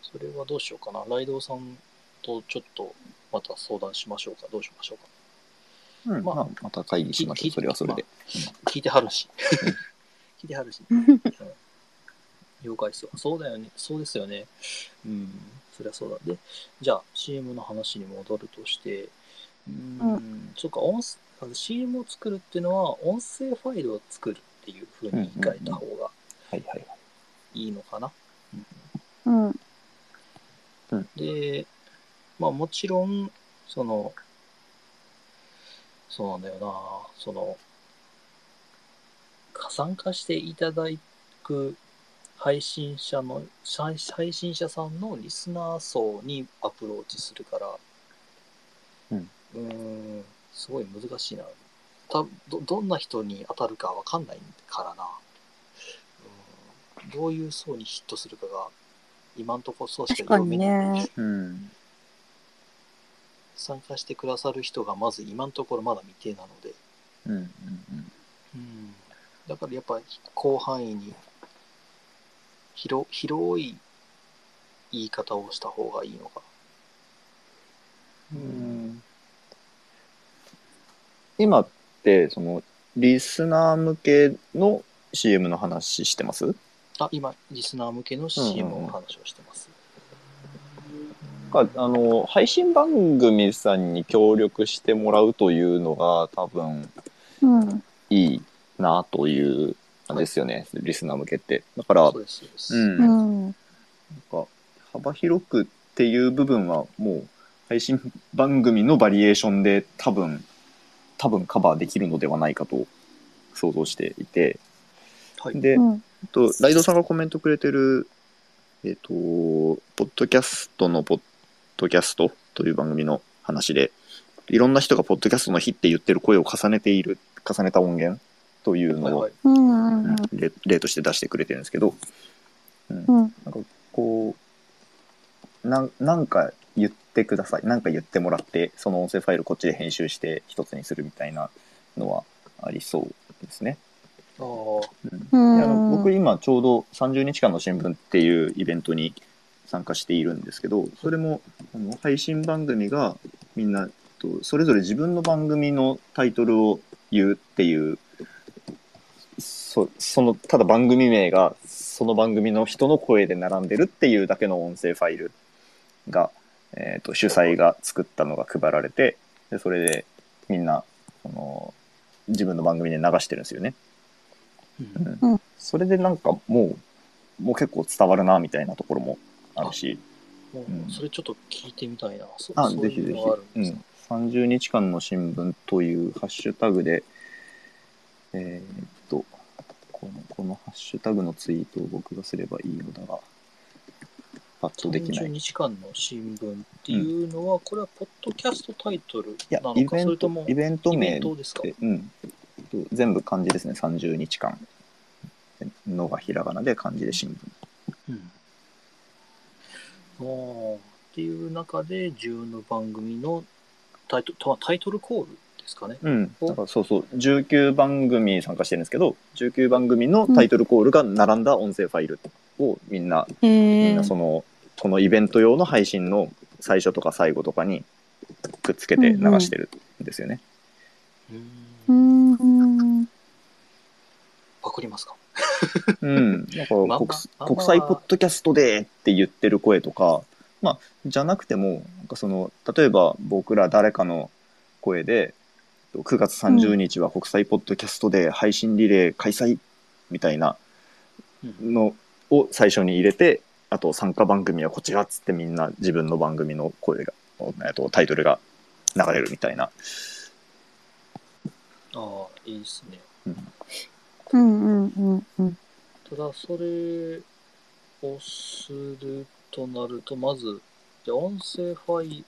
[SPEAKER 1] それはどうしようかな。ライドウさんとちょっとまた相談しましょうか。どうしましょうか。
[SPEAKER 3] うん、
[SPEAKER 1] ま
[SPEAKER 3] ま
[SPEAKER 1] あ
[SPEAKER 3] あ、また会議しましょう。それはそれで。
[SPEAKER 1] 聞いてはるし。 聞いてはるし。了解ですよ。そうだよね。そうですよね。うん。そりゃそうだ。で、じゃあ CM の話に戻るとして、うん、
[SPEAKER 2] う
[SPEAKER 1] そっか、音声あの CM を作るっていうのは、音声ファイルを作るっていうふうに言い換えた方が
[SPEAKER 3] はいはい。
[SPEAKER 1] いいのかな。うん
[SPEAKER 2] うん
[SPEAKER 1] で、まあもちろん、その、そうなんだよな、その、加算化していただく配信者の、配配信者さんのリスナー層にアプローチするから、
[SPEAKER 3] うん。
[SPEAKER 1] ん、すごい難しいな。たど、どんな人に当たるかわかんないからな。うん、どういう層にヒットするかが、今んところそうしか
[SPEAKER 2] 確か
[SPEAKER 1] 読め
[SPEAKER 2] に
[SPEAKER 1] ない。
[SPEAKER 2] ね。
[SPEAKER 3] うん。
[SPEAKER 1] 参加してくださる人がまず今のところまだ未定なので、
[SPEAKER 3] うん。うん。
[SPEAKER 1] うん、だからやっぱ広範囲に広広い言い方をした方がいいのか。
[SPEAKER 3] うん今って、その、リスナー向けの CM の話してます
[SPEAKER 1] あ、今、リスナー向けの CM の話をしてます。
[SPEAKER 3] かあの配信番組さんに協力してもらうというのが多分
[SPEAKER 2] うん。
[SPEAKER 3] いいなという感じですよね、リスナー向けってだから
[SPEAKER 1] そうです、そうです。
[SPEAKER 3] うん
[SPEAKER 2] う
[SPEAKER 3] なん
[SPEAKER 2] ん。
[SPEAKER 3] か幅広くっていう部分はもう配信番組のバリエーションで多分多分カバーできるのではないかと想像していて
[SPEAKER 1] はい。
[SPEAKER 3] で、
[SPEAKER 2] うん。
[SPEAKER 3] えっと、ライドさんがコメントくれてる、えっと、ポッドキャストのポッドキャストという番組の話で、いろんな人がポッドキャストの日って言ってる声を重ねている、重ねた音源という
[SPEAKER 1] はい
[SPEAKER 3] のを、
[SPEAKER 1] はい、
[SPEAKER 2] うん。
[SPEAKER 3] うん例例として出してくれてるんですけど、
[SPEAKER 2] うん。
[SPEAKER 3] こう、なんなんか言ってください。なんか言ってもらって、その音声ファイルこっちで編集して一つにするみたいなのはありそうですね。
[SPEAKER 1] あー
[SPEAKER 3] うん
[SPEAKER 2] うん。
[SPEAKER 3] いやあの僕今ちょうど30日間の新聞っていうイベントに参加しているんですけどそれもあの配信番組がみんなとそれぞれ自分の番組のタイトルを言うっていうそそのただ番組名がその番組の人の声で並んでるっていうだけの音声ファイルが、えーと主催が作ったのが配られてでそれでみんなその自分の番組で流してるんですよね。
[SPEAKER 1] うん
[SPEAKER 2] うん
[SPEAKER 3] それでなんかもうもう結構伝わるなみたいなところもあるし
[SPEAKER 1] も
[SPEAKER 3] うん
[SPEAKER 1] うそれちょっと聞いてみたいな。そ
[SPEAKER 3] あ
[SPEAKER 1] そう
[SPEAKER 3] ぜひ
[SPEAKER 1] い
[SPEAKER 3] ぜ
[SPEAKER 1] うのがあるん
[SPEAKER 3] ひ、
[SPEAKER 1] ですか、
[SPEAKER 3] うん、30日間の新聞というハッシュタグでえーっとこのこのハッシュタグのツイートを僕がすればいいのだがパッとできない
[SPEAKER 1] 32時間の新聞っていうのは、これはポッドキャストタイトル
[SPEAKER 3] いや
[SPEAKER 1] なの
[SPEAKER 3] イ
[SPEAKER 1] か、
[SPEAKER 3] ベ
[SPEAKER 1] それ
[SPEAKER 3] ン
[SPEAKER 1] と
[SPEAKER 3] ト
[SPEAKER 1] も
[SPEAKER 3] イベント
[SPEAKER 1] イベ
[SPEAKER 3] 名
[SPEAKER 1] ントですか
[SPEAKER 3] でうん、全部漢字ですね30日間のがひらがなで漢字で新聞
[SPEAKER 1] うんあーっていう中で、10の番組のタイトル、タイトルコールですかね。
[SPEAKER 3] うん、
[SPEAKER 1] お
[SPEAKER 3] だからそうそう19番組参加してるんですけど19番組のタイトルコールが並んだ音声ファイルをみんな、
[SPEAKER 2] へ
[SPEAKER 3] みん
[SPEAKER 2] え
[SPEAKER 3] なそのこのイベント用の配信の最初とか最後とかにくっつけて流してるんですよね。
[SPEAKER 1] う
[SPEAKER 2] う
[SPEAKER 1] ん
[SPEAKER 2] ん。
[SPEAKER 1] パクりますか
[SPEAKER 3] うん だか
[SPEAKER 1] まあ
[SPEAKER 3] ら国
[SPEAKER 1] まあ
[SPEAKER 3] 国際ポッドキャストでーって言ってる声とか、まあ、じゃなくてもなんかその例えば僕ら誰かの声で9月30日は国際ポッドキャストで配信リレー開催みたいな。
[SPEAKER 1] うん
[SPEAKER 3] のを最初に入れてあと参加番組はこちらっつってみんな自分の番組の声がえっとタイトルが流れるみたいな、
[SPEAKER 1] ああ、いいですね。
[SPEAKER 3] うん
[SPEAKER 2] うんうんうん
[SPEAKER 1] ただ、それをするとなると、まず、じゃあ音声ファイル、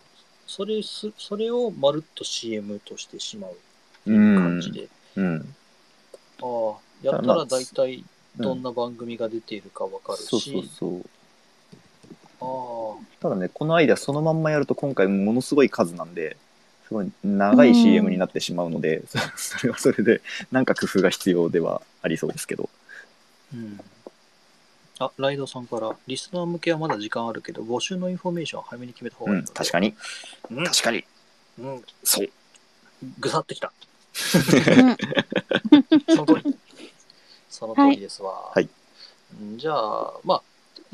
[SPEAKER 1] それす、それをまるっと CM としてしまう感じで。
[SPEAKER 3] うん
[SPEAKER 1] ああ、やった
[SPEAKER 3] まあ
[SPEAKER 1] ら大体
[SPEAKER 3] うん
[SPEAKER 1] どんな番組が出ているかわかる
[SPEAKER 3] そうそう
[SPEAKER 1] し、
[SPEAKER 3] そう
[SPEAKER 1] ああ、
[SPEAKER 3] ただねこのアイデアそのまんまやると今回ものすごい数なんですごい長い CM になってしまうので、 そそれはそれでなんか工夫が必要ではありそうですけど
[SPEAKER 1] うん。あ、ライドさんから、リスナー向けはまだ時間あるけど、募集のインフォメーションは早めに決めた方が
[SPEAKER 3] う
[SPEAKER 1] いいの
[SPEAKER 3] ん
[SPEAKER 1] で、
[SPEAKER 3] 確かに
[SPEAKER 1] うん
[SPEAKER 3] 確かに
[SPEAKER 1] うん、
[SPEAKER 3] そう
[SPEAKER 1] ぐさってきた。
[SPEAKER 2] うん。
[SPEAKER 1] その通り。その通りですわ。
[SPEAKER 3] はい
[SPEAKER 1] うんじゃあ、まあ、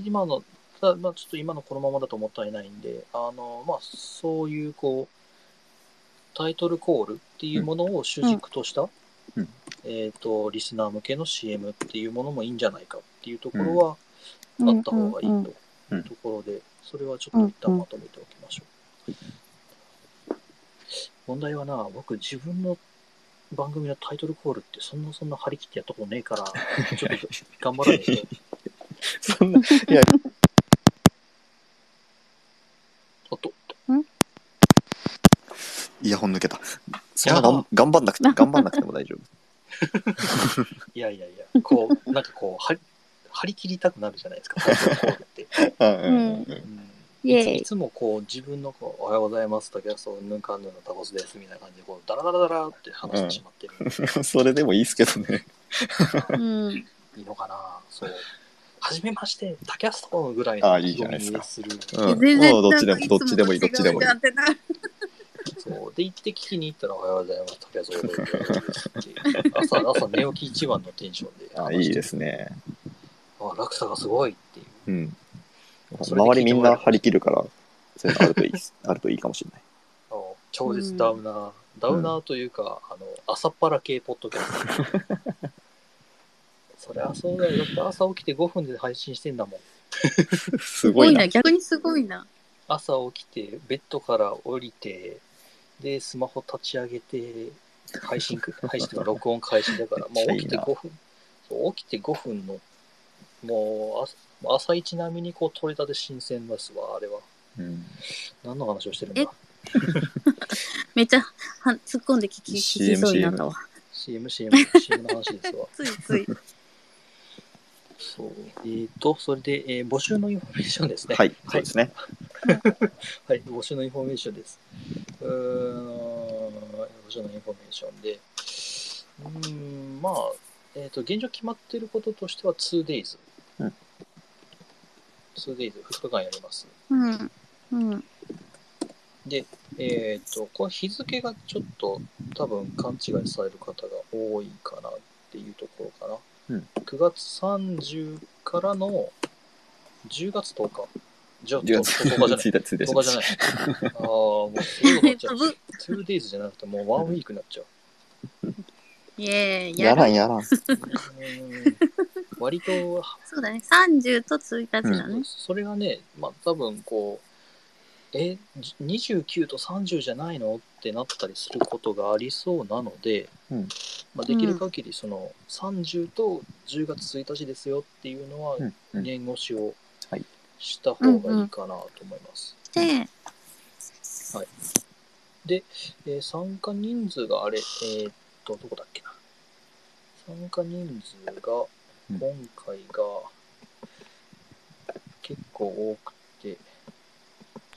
[SPEAKER 1] 今の、ただ、まあ、ちょっと今のこのままだともったいないんで、あの、まあ、そういう、こう、タイトルコールっていうものを主軸とした、
[SPEAKER 3] うん
[SPEAKER 1] えっ、と、リスナー向けの CM っていうものもいいんじゃないかっていうところは、
[SPEAKER 2] うん
[SPEAKER 1] あった方がいいと
[SPEAKER 3] うん
[SPEAKER 1] いうところで、それはちょっと一旦まとめておきましょう。問題はな、僕自分の番組のタイトルコールってそんなそんな張り切ってやったことねえから、ちょっと頑張らないと。
[SPEAKER 3] そんないや
[SPEAKER 1] おっと、
[SPEAKER 3] イヤホン抜けたそんなが ん頑張んなくて頑張んなくても大丈夫
[SPEAKER 1] いやいやいや、こう、なんかこう、張り張り切りたくなるじゃないですか、タイトルコールって。
[SPEAKER 2] ん う
[SPEAKER 1] うん
[SPEAKER 2] イ
[SPEAKER 1] い
[SPEAKER 2] エー
[SPEAKER 1] つい
[SPEAKER 2] イ。
[SPEAKER 1] つもこう自分のこう「おはようございます」だけはそう「ぬんかんぬんのタコスです」みたいな感じでこうダラダラダラって話してしまってる、
[SPEAKER 3] それでもいいですけどね。
[SPEAKER 2] うん。
[SPEAKER 1] いいのかなそう。はじめまして、タキャストぐらいの
[SPEAKER 3] あーいいじゃないですか
[SPEAKER 1] 意する。
[SPEAKER 3] うん、
[SPEAKER 2] 全
[SPEAKER 3] も
[SPEAKER 2] 然
[SPEAKER 3] うどっちでもどっちでもいいどっちでもいい。
[SPEAKER 1] そう。で、行って聞きに行ったら、おはようございます、竹 谷さんおはようございますっていう。朝、朝寝起き一番のテンションで。
[SPEAKER 3] あいいですね。
[SPEAKER 1] あ、落差がすごいっていう。
[SPEAKER 3] うん。
[SPEAKER 1] それで
[SPEAKER 3] 周りみんな張り切るから、そういうのあるといいですあるといいかもしれ ない。
[SPEAKER 1] あの超絶ダウナー、ダウナーというか、あの朝っぱら系ポッドキャストそ れ朝だよだって朝起きて5分で配信してんだもん
[SPEAKER 3] す
[SPEAKER 2] す
[SPEAKER 3] ごいな。
[SPEAKER 2] 逆にすごいな。
[SPEAKER 1] 朝起きてベッドから降りてでスマホ立ち上げて配信配信とか録音開始だから
[SPEAKER 3] めっち
[SPEAKER 1] まあ
[SPEAKER 3] ゃいい
[SPEAKER 1] 起きて
[SPEAKER 3] な
[SPEAKER 1] 5分そう起きて5分のもう朝朝一並みにこう取れたて新鮮ですわあれは
[SPEAKER 3] うん、
[SPEAKER 1] 何の話をしてるんだ
[SPEAKER 2] えめっちゃは突っ込んで聞き聞き
[SPEAKER 3] CM
[SPEAKER 2] そうにな ったわ。
[SPEAKER 1] CM CM CM の話ですわ
[SPEAKER 2] ついつい。
[SPEAKER 1] そう。えっ、と、それで、えー募集のインフォメーションですね。
[SPEAKER 3] はい、そうですね。
[SPEAKER 1] はい、募集のインフォメーションです。うーん、募集のインフォメーションで。うーん、まあ、えっ、と、現状決まっていることとしては 2days。
[SPEAKER 3] うん。
[SPEAKER 1] 2days、2日間やります。
[SPEAKER 2] うん。うん。
[SPEAKER 1] えっ、と、これ日付がちょっと多分勘違いされる方が多いかなっていうところかな。
[SPEAKER 3] うん
[SPEAKER 1] 9月30からの10月10日。じゃあ、
[SPEAKER 3] 10
[SPEAKER 1] 10
[SPEAKER 3] 月
[SPEAKER 1] 日じゃない。
[SPEAKER 3] 1日で
[SPEAKER 1] 10
[SPEAKER 3] す。
[SPEAKER 1] 日じゃない。ああ、もうすぐなっちゃう。
[SPEAKER 2] 飛ぶ
[SPEAKER 1] 2days じゃなくてもう1ウィークになっちゃう。
[SPEAKER 2] イエーイ。
[SPEAKER 3] やらん
[SPEAKER 2] る
[SPEAKER 3] やらん。
[SPEAKER 1] うーん割と、
[SPEAKER 2] そうだね。30と1日だね。
[SPEAKER 1] それがね、まあ多分こう、え、29と30じゃないのってなったりすることがありそうなので、
[SPEAKER 3] うん
[SPEAKER 1] まあ、できる限りその30と10月1日ですよっていうのは
[SPEAKER 3] うんうん
[SPEAKER 1] 年越しを
[SPEAKER 3] はい
[SPEAKER 1] した方がいいかなと思います。
[SPEAKER 2] で、
[SPEAKER 1] えー参加人数があれ、えーっと、どこだっけな。参加人数が
[SPEAKER 3] うん、
[SPEAKER 1] 今回が結構多くて、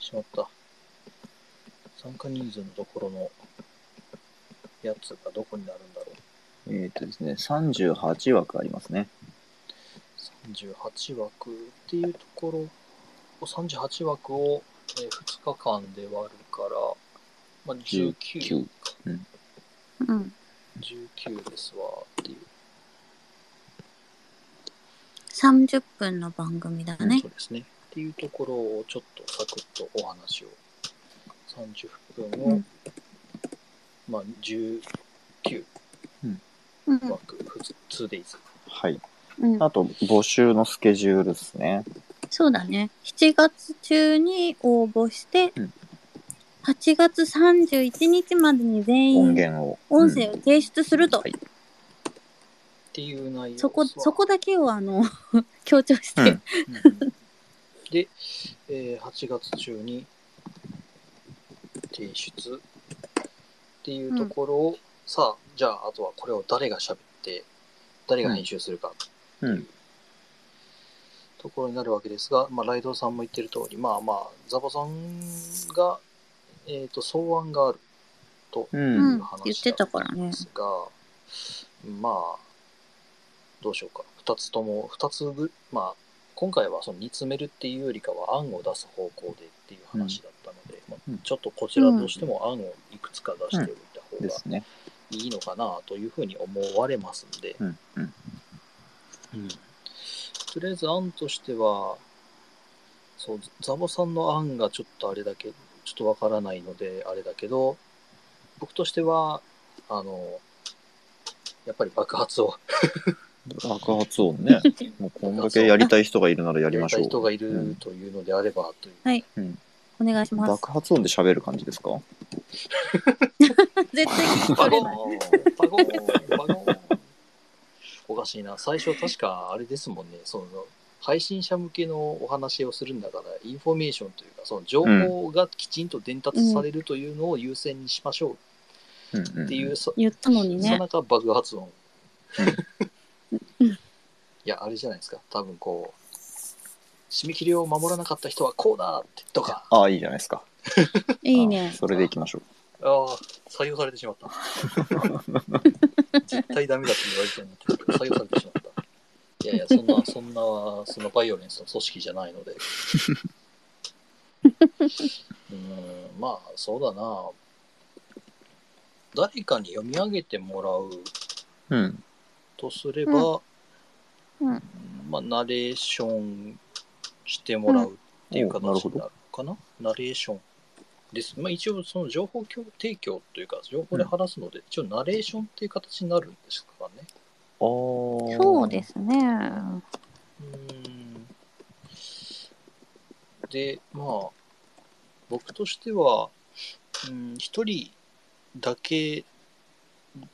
[SPEAKER 1] しまった。参加人数のところのやつがどこになるんだろ
[SPEAKER 3] えっ、とですね、38枠ありますね。
[SPEAKER 1] う。38枠っていうところ、38枠を、えー2日間で割るから、まあ、19
[SPEAKER 3] 9。
[SPEAKER 2] うん。
[SPEAKER 1] 19ですわっていう。
[SPEAKER 2] 30分の番組だね
[SPEAKER 1] そ。うですね。っていうところをちょっとサクッとお話を。30分を、
[SPEAKER 2] うん
[SPEAKER 1] まあ、19
[SPEAKER 2] うん。
[SPEAKER 1] 枠、2days。
[SPEAKER 3] はい。
[SPEAKER 2] うん。
[SPEAKER 3] あと、募集のスケジュールですね。
[SPEAKER 2] そうだね。7月中に応募して、
[SPEAKER 3] うん
[SPEAKER 2] 8月31日までに全
[SPEAKER 3] 音
[SPEAKER 2] 員
[SPEAKER 3] 源を。
[SPEAKER 2] 音声を提出すると。
[SPEAKER 3] はい
[SPEAKER 1] っていう内容
[SPEAKER 2] そこ、
[SPEAKER 1] ですわ
[SPEAKER 2] そこだけをあの、 強調して、
[SPEAKER 3] うん
[SPEAKER 1] うんで、えー8月中に提出っていうところを、さあ、じゃあ、あとはこれを誰が喋って、誰が編集するか
[SPEAKER 3] うん。うん。
[SPEAKER 1] ところになるわけですが、まあ、ライドウさんも言ってる通り、まあまあ、ザボさんが、えっ、と、草案があるといううん
[SPEAKER 2] うん
[SPEAKER 1] 話
[SPEAKER 2] 言ってたからね
[SPEAKER 1] ですが、まあ、どうしようか。二つとも、二つぐ、まあ、今回はその煮詰めるっていうよりかは案を出す方向でっていう話だったので、まあ
[SPEAKER 3] うん
[SPEAKER 1] ちょっとこちらとしても案をいくつか出しておいた方
[SPEAKER 3] で
[SPEAKER 1] が
[SPEAKER 3] すね。
[SPEAKER 1] いいのかなというふうに思われますんで、
[SPEAKER 3] うん。うん。
[SPEAKER 1] うんとりあえず案としては、そう、ザボさんの案がちょっとあれだけ、ちょっとわからないので、あれだけど、僕としては、あの、やっぱり爆発を
[SPEAKER 3] 爆発音ね。もうこんだけやりたい人がいるならやりましょ
[SPEAKER 1] や
[SPEAKER 3] う。
[SPEAKER 1] りたい人がい
[SPEAKER 3] うん
[SPEAKER 1] るというのであれば、という。
[SPEAKER 2] お願いします。
[SPEAKER 3] 爆発音で喋る感じですか
[SPEAKER 2] 絶対聞き
[SPEAKER 1] パゴ
[SPEAKER 2] 取れ
[SPEAKER 1] ン
[SPEAKER 2] ない。
[SPEAKER 1] パゴンパゴンおかしいな。最初確かあれですもんね。その配信者向けのお話をするんだから、インフォメーションというか、その情報がきちんと伝達されるというのを優先にしましょ
[SPEAKER 3] うんうん
[SPEAKER 1] うっていう、そ
[SPEAKER 2] 言ったのに
[SPEAKER 1] そ
[SPEAKER 2] ね
[SPEAKER 1] の。中爆発音。
[SPEAKER 2] うん
[SPEAKER 1] いや、あれじゃないですか。多分こう、締め切りを守らなかった人はこうだって、とか、
[SPEAKER 3] ああ、いいじゃないですか。
[SPEAKER 2] いいね。
[SPEAKER 3] それでいきましょう。
[SPEAKER 1] ああ、採用されてし まった。絶対ダメだって言われてるのに採用されてしまった。いやいや、そんな、そんな、そのバイオレンスの組織じゃない ので。うん、まあ、そうだな。誰かに読み上げてもらう
[SPEAKER 3] うん。
[SPEAKER 1] とすれば、
[SPEAKER 2] うんうん
[SPEAKER 1] まあ、ナレーションしてもらうっていう形にな
[SPEAKER 3] うんおな
[SPEAKER 1] る
[SPEAKER 3] るほど
[SPEAKER 1] のかな、ナレーションです。まあ、一応、その情報供提供というか、情報で話すので、一応、ナレーションっていう形になるんですからね。
[SPEAKER 3] あー
[SPEAKER 2] そうですね。
[SPEAKER 1] うんで、まあ、僕としては、うん、一人だけ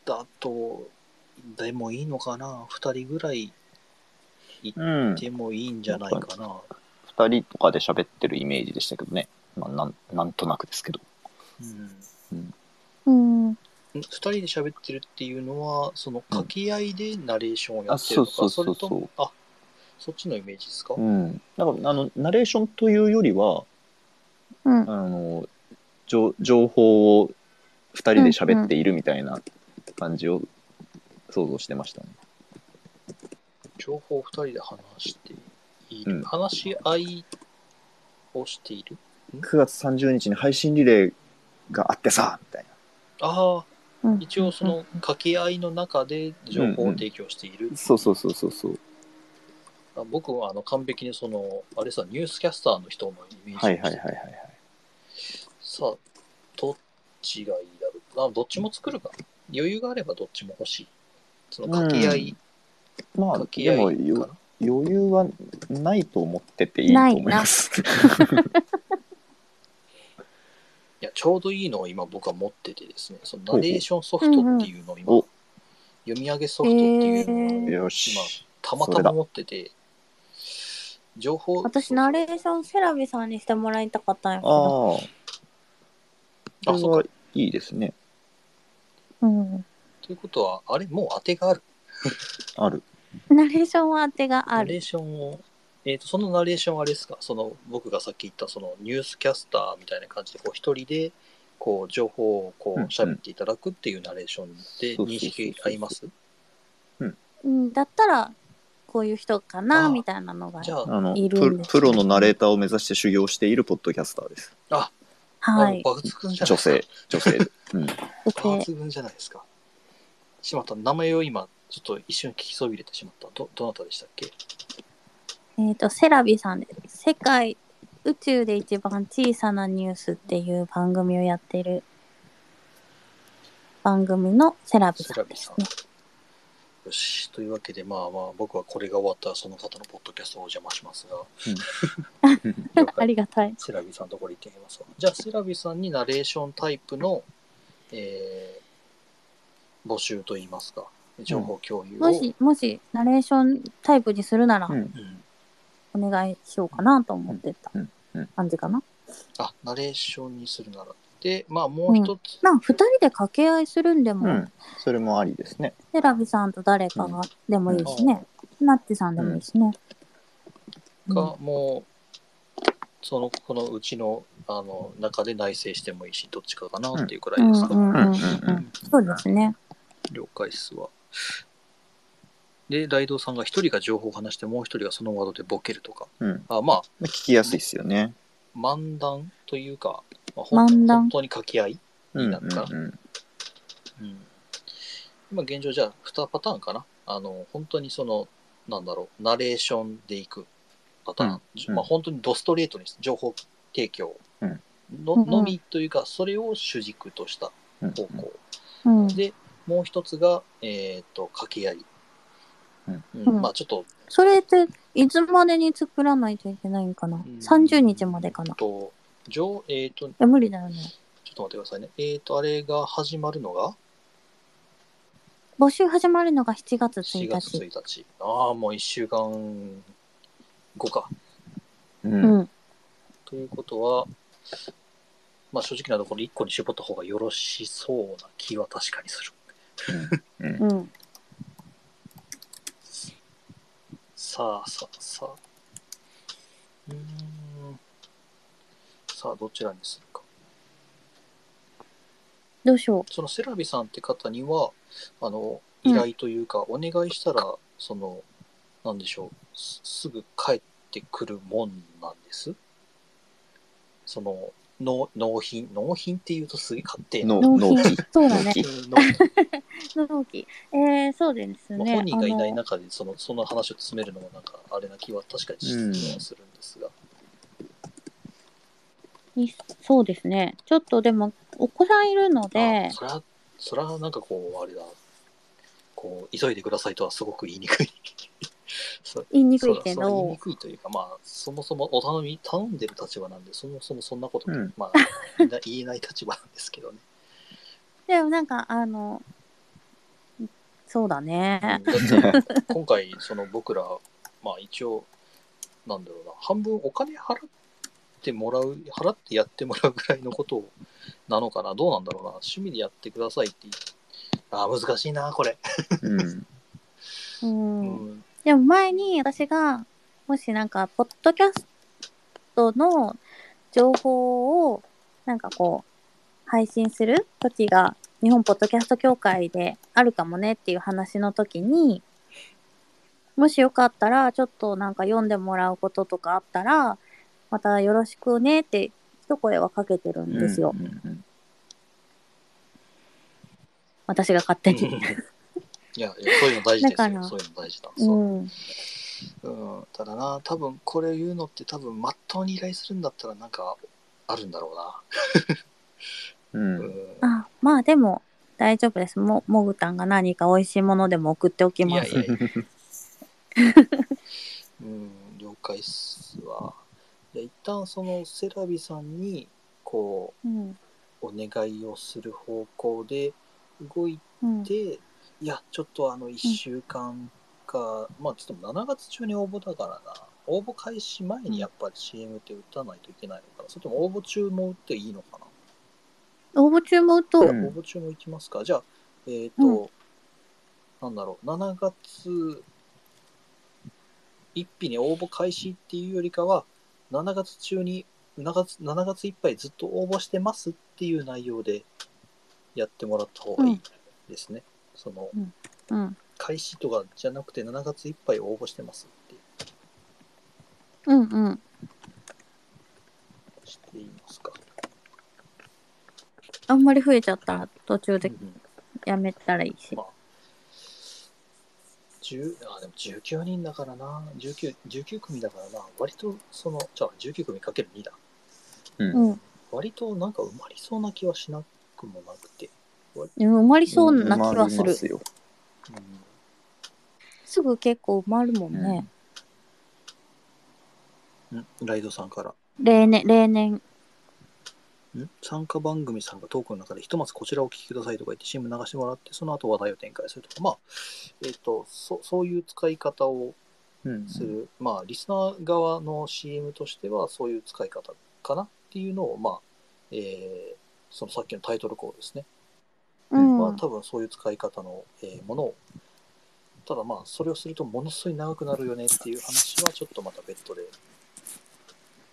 [SPEAKER 1] だと、でもいいのかな、二人ぐらい
[SPEAKER 3] うん。
[SPEAKER 1] でもいいんじゃないかな。
[SPEAKER 3] 二人とかで喋ってるイメージでしたけどね。まあ、なんなんとなくですけど。
[SPEAKER 1] うん、
[SPEAKER 2] うん。
[SPEAKER 1] 二人で喋ってるっていうのは、その掛け合いでナレーションをや
[SPEAKER 3] あ
[SPEAKER 1] ってるのか、
[SPEAKER 3] そうそうそうそ
[SPEAKER 1] れと
[SPEAKER 3] う
[SPEAKER 1] も、あそっちのイメージですか、
[SPEAKER 3] うん。なんか、あの、ナレーションというよりは、
[SPEAKER 2] うん。
[SPEAKER 3] あの、情情報を二人で喋っているみたいな感じを想像してましたね。
[SPEAKER 1] 情報を二人で話している、
[SPEAKER 3] うん
[SPEAKER 1] 話し合いをしている
[SPEAKER 3] 9月30日に配信リレーがあってさ、みたいな。
[SPEAKER 1] ああ、
[SPEAKER 2] うん
[SPEAKER 1] 一応その掛け合いの中で情報を提供している。
[SPEAKER 3] そうそうそうそうそう。
[SPEAKER 1] あ僕はあの完璧にその、あれさ、ニュースキャスターの人のイメージ
[SPEAKER 3] はい
[SPEAKER 1] を
[SPEAKER 3] はい
[SPEAKER 1] し
[SPEAKER 3] はい
[SPEAKER 1] て
[SPEAKER 3] はいはい。
[SPEAKER 1] さあ、どっちがいいだろう。あどっちも作るか。余裕があればどっちも欲しい。その掛け合い、
[SPEAKER 3] まあ、
[SPEAKER 1] 掛け合
[SPEAKER 3] でも
[SPEAKER 1] いか
[SPEAKER 3] よ
[SPEAKER 1] な。
[SPEAKER 3] 余裕はないと思ってていいと思います。
[SPEAKER 1] いや、ちょうどいいのを今僕は持っててですね、そのナレーションソフトっていうのを今、
[SPEAKER 3] ほうほう
[SPEAKER 1] 読み上げソフトっていうのを
[SPEAKER 3] よ
[SPEAKER 1] 今
[SPEAKER 3] し。、
[SPEAKER 1] たまたま持ってて、情報、
[SPEAKER 2] 私、ナレーションセラビさんにしてもらいたかったんやけ
[SPEAKER 3] あ
[SPEAKER 2] ど。
[SPEAKER 3] あ。
[SPEAKER 1] あ
[SPEAKER 3] それはいいですね。
[SPEAKER 2] うん。
[SPEAKER 1] ということは、あれ、もう当てがある。
[SPEAKER 3] ある。
[SPEAKER 2] ナレーションは当てがあ
[SPEAKER 1] ナレ
[SPEAKER 2] る。
[SPEAKER 1] ーションを、えー、とそのナレーションはあれですか、その僕がさっき言ったそのニュースキャスターみたいな感じで、こう一人でこう情報をこう
[SPEAKER 3] うんうん
[SPEAKER 1] 喋っていただくっていうナレーションで
[SPEAKER 3] そうそうそうそう
[SPEAKER 1] 認識合います
[SPEAKER 2] うん。だったら、こういう人か
[SPEAKER 1] ああ
[SPEAKER 2] な、みたいなのが。
[SPEAKER 1] じゃあ、
[SPEAKER 3] あの
[SPEAKER 2] いる
[SPEAKER 3] プ
[SPEAKER 2] ん
[SPEAKER 3] ロ
[SPEAKER 2] ですね
[SPEAKER 3] プロのナレーターを目指して修行しているポッドキャスターです。
[SPEAKER 2] はい。
[SPEAKER 1] あ抜群じゃないで
[SPEAKER 3] 女
[SPEAKER 1] す
[SPEAKER 3] 性
[SPEAKER 1] か。、
[SPEAKER 3] 女性。うん。
[SPEAKER 2] 女性
[SPEAKER 1] 抜群じゃないですか。しまった、名前を今、ちょっと一瞬聞きそびれてしまった。ど、どなたでしたっけ
[SPEAKER 2] えっと、セラビさんです。世界、宇宙で一番小さなニュースっていう番組をやってる番組のセラビ
[SPEAKER 1] セ
[SPEAKER 2] さ
[SPEAKER 1] ラ
[SPEAKER 2] ん
[SPEAKER 1] ビ
[SPEAKER 2] です
[SPEAKER 1] さん
[SPEAKER 2] ね。。
[SPEAKER 1] よし、というわけで、まあまあ、僕はこれが終わったらその方のポッドキャストをお邪魔します が、了解
[SPEAKER 2] ありがたい。
[SPEAKER 1] セラビさんのところに行ってみますわじゃあ、セラビさんにナレーションタイプの、えー募集といいますか、情報共有を、
[SPEAKER 2] もし、もし、ナレーションタイプにするなら
[SPEAKER 3] う、ん
[SPEAKER 1] うん
[SPEAKER 2] お願いしようかなと思ってた
[SPEAKER 3] うんうんうん
[SPEAKER 2] 感じかな。
[SPEAKER 1] あ、ナレーションにするなら。で、まあ、もう一つ、
[SPEAKER 2] まあ、二人で掛け合いするんで
[SPEAKER 3] う
[SPEAKER 2] も、
[SPEAKER 3] ん。それもありですね。
[SPEAKER 2] セラビさんと誰かがでもいいしね。ナッチさんでもいいしね。
[SPEAKER 1] が、もう、その、このうちの、あの、中で内省してもいいし、どっちかかなっていうくら
[SPEAKER 2] う
[SPEAKER 1] い
[SPEAKER 2] ん
[SPEAKER 1] で
[SPEAKER 2] う
[SPEAKER 1] す
[SPEAKER 2] ん
[SPEAKER 1] か。
[SPEAKER 2] うんう
[SPEAKER 3] うん
[SPEAKER 2] ん。そうですね。
[SPEAKER 1] 了解っすわ。で、ライドウさんが一人が情報を話して、もう一人がそのワードでボケるとか。
[SPEAKER 3] うん。
[SPEAKER 1] あまあ、
[SPEAKER 3] 聞きやすいですよね。
[SPEAKER 1] 漫談というか、まあ、ほん
[SPEAKER 2] 漫談
[SPEAKER 1] 本当に掛け合い。
[SPEAKER 3] うん。う
[SPEAKER 1] なんか
[SPEAKER 3] ん
[SPEAKER 1] うん、今現状じゃあ2パターンかなあの本当にそのなんだろうナレーションでいくパターン、
[SPEAKER 3] うん
[SPEAKER 1] まあ、本当にドストレートに情報提供
[SPEAKER 3] うん
[SPEAKER 1] の,、
[SPEAKER 2] うんうん
[SPEAKER 1] のみというかそれを主軸とした
[SPEAKER 3] うん
[SPEAKER 1] 方向、
[SPEAKER 2] うん。
[SPEAKER 1] でもう一つが、えー、と掛け合い、
[SPEAKER 3] うん
[SPEAKER 2] うん
[SPEAKER 1] まあちょっと
[SPEAKER 2] それって、いつまでに作らないといけないんかな、
[SPEAKER 1] ん
[SPEAKER 2] ?30 日までか
[SPEAKER 1] え
[SPEAKER 2] な
[SPEAKER 1] っと上えー、と
[SPEAKER 2] いや、無理だよね。
[SPEAKER 1] ちょっと待ってくださいねえっ、とあれが始まるのが
[SPEAKER 2] 募集始まるのが7月
[SPEAKER 1] 4
[SPEAKER 2] 1
[SPEAKER 1] 月
[SPEAKER 2] 日。
[SPEAKER 1] 1日ああもう1週間後か
[SPEAKER 3] う。
[SPEAKER 2] うんん。
[SPEAKER 1] ということは、まあ、正直なところ1個に絞った方がよろしそうな気は確かにする。
[SPEAKER 3] うん
[SPEAKER 2] うん。
[SPEAKER 1] さあさあさあ。うーん。さあ、どちらにするか。
[SPEAKER 2] どうしよ
[SPEAKER 1] そのセラビさんって方には、あの、依頼というか、お願いしたら、その、なんでしょう、すすぐ帰ってくるもんなんですその、納納品、納品っていうとすげえ勝手な。
[SPEAKER 3] 納
[SPEAKER 2] 納
[SPEAKER 3] 納
[SPEAKER 2] 品
[SPEAKER 3] 期。
[SPEAKER 2] そうだね
[SPEAKER 1] うん納品
[SPEAKER 2] 納期えー、そうです
[SPEAKER 1] ま
[SPEAKER 2] ね
[SPEAKER 1] あ、本人がいな
[SPEAKER 2] あ
[SPEAKER 1] い
[SPEAKER 2] の
[SPEAKER 1] 中でそのその話を詰めるのもなんかあれな気は確かにするんですが、
[SPEAKER 2] いそうですねちょっとでもお子さんいるの
[SPEAKER 1] あ
[SPEAKER 2] で
[SPEAKER 1] そりゃそりゃなんかこうあれだこう急いでくださいとはすごく言いにくい そ
[SPEAKER 2] 言いにく
[SPEAKER 1] そう
[SPEAKER 2] い
[SPEAKER 1] だ
[SPEAKER 2] け
[SPEAKER 1] そう言い
[SPEAKER 2] ど
[SPEAKER 1] にくいというかまあそもそもお頼み頼んでる立場なんでそもそもそんなこと、
[SPEAKER 3] うん
[SPEAKER 1] まあな 言えない立場なんですけどね、
[SPEAKER 2] でもなんかあのそうだね、
[SPEAKER 1] うんだって今回その僕らまあ一応なんだろうな半分お金払ってもらう払ってやってもらうぐらいのことなのかなどうなんだろうな趣味でやってくださいって言あー難しいなこれ、
[SPEAKER 3] うん。
[SPEAKER 2] うん
[SPEAKER 1] うん
[SPEAKER 2] でも前に私が、もしなんか、ポッドキャストの情報を、なんかこう、配信する時が、日本ポッドキャスト協会であるかもねっていう話の時に、もしよかったら、ちょっとなんか読んでもらうこととかあったら、またよろしくねって一声はかけてるんですよ。
[SPEAKER 3] うんうん
[SPEAKER 2] 私が勝手
[SPEAKER 1] いや
[SPEAKER 2] に。
[SPEAKER 1] いやそういうの大事です
[SPEAKER 2] だから
[SPEAKER 1] よそういうの大事だ
[SPEAKER 2] う
[SPEAKER 1] そ
[SPEAKER 2] ん。
[SPEAKER 1] う、うん、ただな多分これ言うのって多分まっとうに依頼するんだったらなんかあるんだろ
[SPEAKER 3] うん
[SPEAKER 1] うな、うん
[SPEAKER 3] うん。
[SPEAKER 2] あ、まあでも、大丈夫です。も、もぐたんが何か美味しいものでも送っておき
[SPEAKER 1] い
[SPEAKER 2] ま
[SPEAKER 1] や
[SPEAKER 2] す
[SPEAKER 1] い。やいやうん了解っすわじゃあ一旦そのセラビさんにこ
[SPEAKER 2] うん。
[SPEAKER 1] うお願いをする方向で動い
[SPEAKER 2] うん
[SPEAKER 1] て、いやちょっとあの1週間か、まあちょっと7月中に応募だからな応募開始前にやっぱり CM って打たないといけないのかなそれとも応募中も打っていいのかな
[SPEAKER 2] 応募中も打と
[SPEAKER 3] う
[SPEAKER 2] う。
[SPEAKER 3] ん
[SPEAKER 1] 応募中も行きますか。じゃあ、えっ、と、
[SPEAKER 2] う
[SPEAKER 1] なんだろう、7月1日に応募開始っていうよりかは、7月中に、7月 ,7 月いっぱいずっと応募してますっていう内容でやってもらった方がいいですね。その、
[SPEAKER 2] うん。
[SPEAKER 1] 開始とかじゃなくて、7月いっぱい応募してますって
[SPEAKER 2] うんうん。
[SPEAKER 1] していますか。
[SPEAKER 2] あんまり増えちゃったら途中
[SPEAKER 1] う
[SPEAKER 2] で
[SPEAKER 1] ん
[SPEAKER 2] やめたらいいし
[SPEAKER 1] ま。あ10あでも19人だからな 19, 19組だからな割とそのじゃあ19組かける2だ
[SPEAKER 2] うん。うん
[SPEAKER 1] 割となんか埋まりそうな気はしなくもなくて、
[SPEAKER 2] 埋まりそうな気はす
[SPEAKER 3] 埋まりま
[SPEAKER 2] る。
[SPEAKER 3] すよ
[SPEAKER 1] うん
[SPEAKER 2] すぐ結構埋まるもんね。
[SPEAKER 1] んライドさんから
[SPEAKER 2] 例年、例年。
[SPEAKER 1] ん参加番組さんがトークの中でひとまずこちらをお聞きくださいとか言って CM 流してもらってその後話題を展開するとかまあえっ、とそそういう使い方を
[SPEAKER 3] うん
[SPEAKER 1] する、まあリスナー側の CM としてはそういう使い方かなっていうのをまあえーそのさっきのタイトルコールですね、
[SPEAKER 2] う
[SPEAKER 3] うん
[SPEAKER 1] は
[SPEAKER 2] ん。
[SPEAKER 1] 多分そういう使い方の、えーものをただまあそれをするとものすごい長くなるよねっていう話はちょっとまた別途で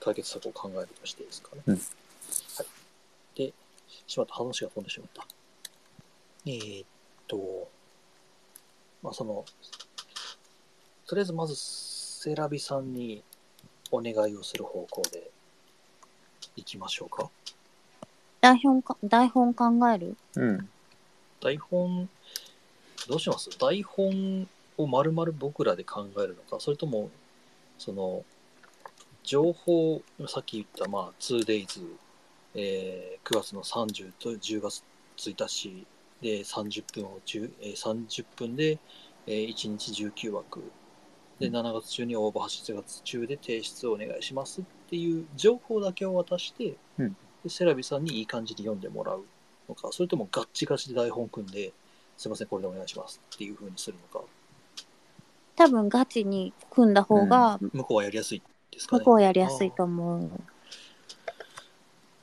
[SPEAKER 1] 解決策を考えるとしていいですかね、
[SPEAKER 3] うん
[SPEAKER 1] はいでしまった話が飛んでしまったえーっとまあそのとりあえずまずセラビさんにお願いをする方向でいきましょうか
[SPEAKER 2] 台本か、台本考える
[SPEAKER 3] うん。
[SPEAKER 1] 台本どうします台本をまるまる僕らで考えるのかそれともその情報さっき言った、まあ、2days、えー9月の30と10月1日で30分を10、えー30分で、えー1日19枠で7月中に応募8月中で提出をお願いしますっていう情報だけを渡して、
[SPEAKER 3] うん
[SPEAKER 1] でセラビさんにいい感じに読んでもらうのかそれともガッチガチで台本組んですいませんこれでお願いしますっていう風にするのか
[SPEAKER 2] 多分ガチに組んだ方が、
[SPEAKER 1] 向こうはやりやすいですか
[SPEAKER 2] 向
[SPEAKER 1] ね
[SPEAKER 2] こうやりやすいと思う。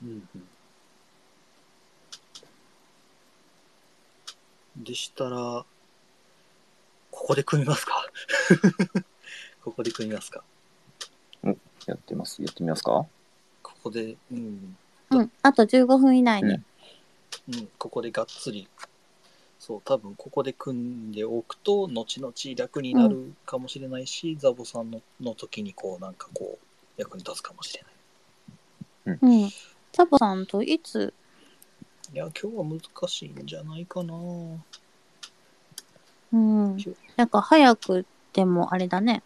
[SPEAKER 1] うんうんでしたら、ここで組みますか ここで組みますか
[SPEAKER 3] やってます。やってみますか
[SPEAKER 1] ここで、うん、
[SPEAKER 2] うん。あと15分以内
[SPEAKER 3] う
[SPEAKER 2] に
[SPEAKER 3] ん。
[SPEAKER 1] うん、ここでがっつりそう、多分ここで組んでおくと、後々楽になるかもしれないし、ザボさんのの時にこう、なんかこう、役に立つかもしれない。
[SPEAKER 2] うん。サボさんといつ、
[SPEAKER 1] いや、今日は難しいんじゃないかな。
[SPEAKER 2] うん。なんか早くでもあれだね。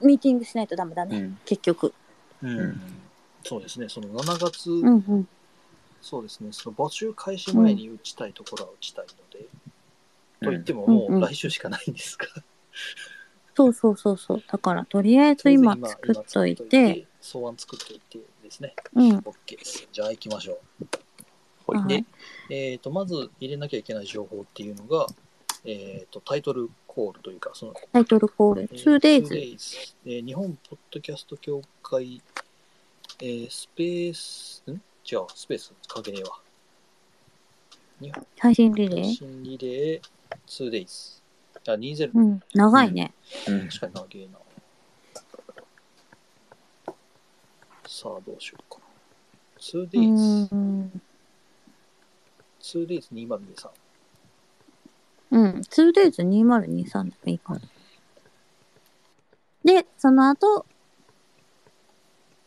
[SPEAKER 2] ミーティングしないとダメだね。
[SPEAKER 3] うん
[SPEAKER 2] 結局。
[SPEAKER 1] うん
[SPEAKER 3] ん
[SPEAKER 1] そうですね、その7月、
[SPEAKER 2] うんうん。
[SPEAKER 1] そうですね、その募集開始前に打ちたいところは打ちたいので、と言ってもも
[SPEAKER 2] んう
[SPEAKER 1] うん来週しかないんですが、
[SPEAKER 2] そうそうそうそう。だからとりあえず今作っといて、、
[SPEAKER 1] 草案作っといてですね、
[SPEAKER 2] うん。
[SPEAKER 1] OK です。じゃあ行きましょう。
[SPEAKER 3] はい
[SPEAKER 2] はい
[SPEAKER 1] えー、とまず入れなきゃいけない情報っていうのが、えー、とタイトルコールというか、その
[SPEAKER 2] タイトルコール、
[SPEAKER 1] えー
[SPEAKER 2] 2days。
[SPEAKER 1] 2days えー日本ポッドキャスト協会、えースペース、ん違う、スペース関係ねえわ。
[SPEAKER 2] 配信リレー
[SPEAKER 1] 新リレー 2days。あ、20、
[SPEAKER 2] うん。長いね。
[SPEAKER 3] うん
[SPEAKER 1] 確かに長えな。さあ、どうしようかな。
[SPEAKER 2] う
[SPEAKER 1] 2days、
[SPEAKER 2] ん。
[SPEAKER 1] 2days2023。
[SPEAKER 2] うん。2days2023 でもいいかも。で、その後、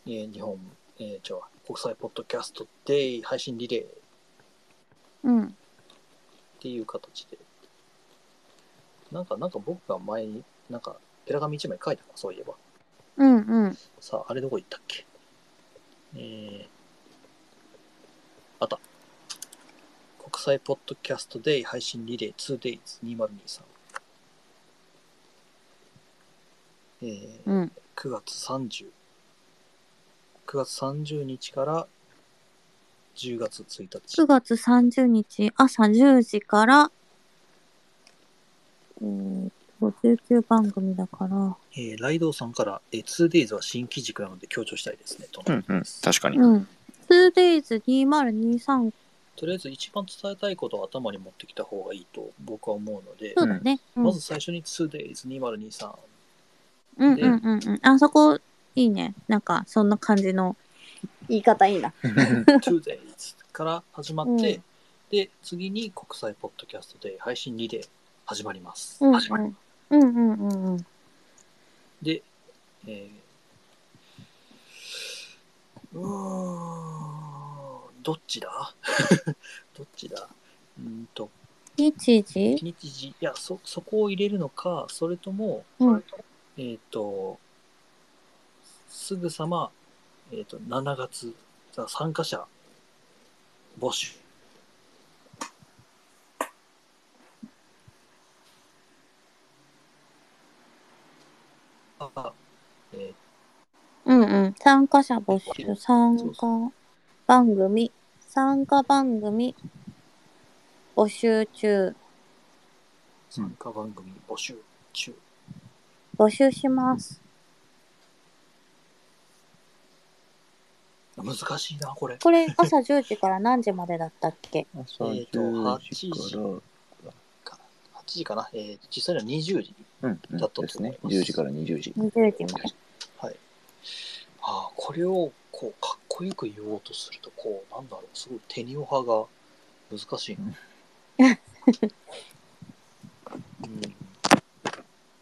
[SPEAKER 1] えー日本、えー、違うわ、国際ポッドキャストデイ配信リレーっ
[SPEAKER 2] うん。
[SPEAKER 1] ていう形で。なんか、なんか僕が前に、なんか、ペラ紙一枚書いたな、そういえば。
[SPEAKER 2] うんうん。
[SPEAKER 1] さあ、あれどこ行ったっけえー、あった。国際ポッドキャストデイ配信リレー 2days2023。えー
[SPEAKER 2] うん。
[SPEAKER 1] 9月30、9月30日から10月1日
[SPEAKER 2] 9。月30日朝10時から、えー、59番組だから、
[SPEAKER 1] えーライドウさんから、えー、2days は新規軸なので強調したいですね、との
[SPEAKER 3] うんうん確かに
[SPEAKER 2] うん。2days2023
[SPEAKER 1] とりあえず一番伝えたいことを頭に持ってきた方がいいと僕は思うので
[SPEAKER 2] そ、うだね。うん、
[SPEAKER 1] まず最初に 2days2023。
[SPEAKER 2] うんうんうんうん。あそこ、いいね。なんか、そんな感じの。言い方いいな。
[SPEAKER 1] 2days から始まって、
[SPEAKER 2] うん
[SPEAKER 1] で、次に国際ポッドキャストで配信リレー始まります。
[SPEAKER 2] うん、う
[SPEAKER 1] 始まり
[SPEAKER 2] ん。うんうんうんうん。
[SPEAKER 1] で、えー、うーん、どっちだ どっちだうーんと、
[SPEAKER 2] 日時
[SPEAKER 1] 日時、いや、そ、そこを入れるのか、それとも、
[SPEAKER 2] うん
[SPEAKER 1] えっ、と、すぐさま、えっ、と、7月、さ参加者募集。あ、えー
[SPEAKER 2] うんうん。参加者募集、参加番組、参加番組、募集中、
[SPEAKER 1] 参加番組募集中。
[SPEAKER 2] 募集します。
[SPEAKER 1] 難しいな、これ。
[SPEAKER 2] これ、朝10時から何時までだったっけ
[SPEAKER 3] 朝
[SPEAKER 1] えーと
[SPEAKER 3] 10
[SPEAKER 1] 8
[SPEAKER 3] 時
[SPEAKER 1] 時
[SPEAKER 3] から、
[SPEAKER 1] 8時かな。えー実際には20時。
[SPEAKER 3] うんうん、
[SPEAKER 1] だったと思いま
[SPEAKER 3] ですすね10時から20時
[SPEAKER 2] ?20 時まで。
[SPEAKER 1] はい。ああ、これを、こう、かっこよく言おうとすると、こう、なんだろう、すごい手にオ派が難しいな。うん。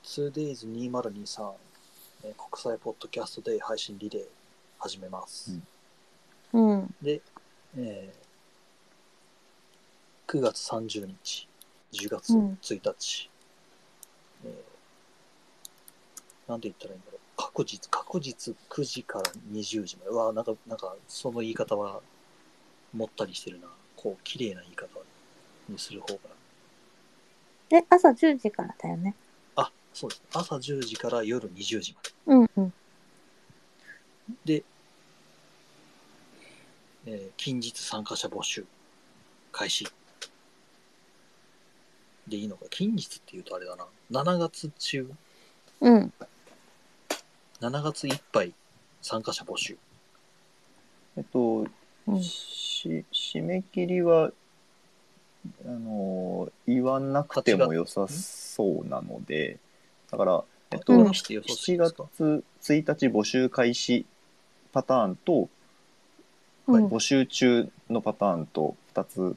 [SPEAKER 1] 2days2023、えー国際ポッドキャストデイ配信リレー始めます。
[SPEAKER 3] うん
[SPEAKER 2] うん。
[SPEAKER 1] で、えー9月30日、10月
[SPEAKER 2] うん
[SPEAKER 1] 1日、えーなんて言ったらいいんだろう。確実、確実9時から20時まで。うわあなんか、なんか、その言い方は、もったりしてるな。こう、綺麗な言い方にする方が。
[SPEAKER 2] え、朝10時からだよね。
[SPEAKER 1] あ、そうです。朝10時から夜20時まで。
[SPEAKER 2] うんうん。
[SPEAKER 1] えー近日参加者募集開始でいいのか近日っていうとあれだな7月中
[SPEAKER 2] うん。
[SPEAKER 1] 7月いっぱい参加者募集
[SPEAKER 3] えっと
[SPEAKER 2] うん、
[SPEAKER 3] し締め切りはあのー言わなくても良さそうなのでだから、えっと
[SPEAKER 1] ど
[SPEAKER 2] う
[SPEAKER 1] うんして予想す
[SPEAKER 3] 7
[SPEAKER 1] るんですか、
[SPEAKER 3] 月1日募集開始パターンと
[SPEAKER 2] うん
[SPEAKER 3] 募集中のパターンと2つ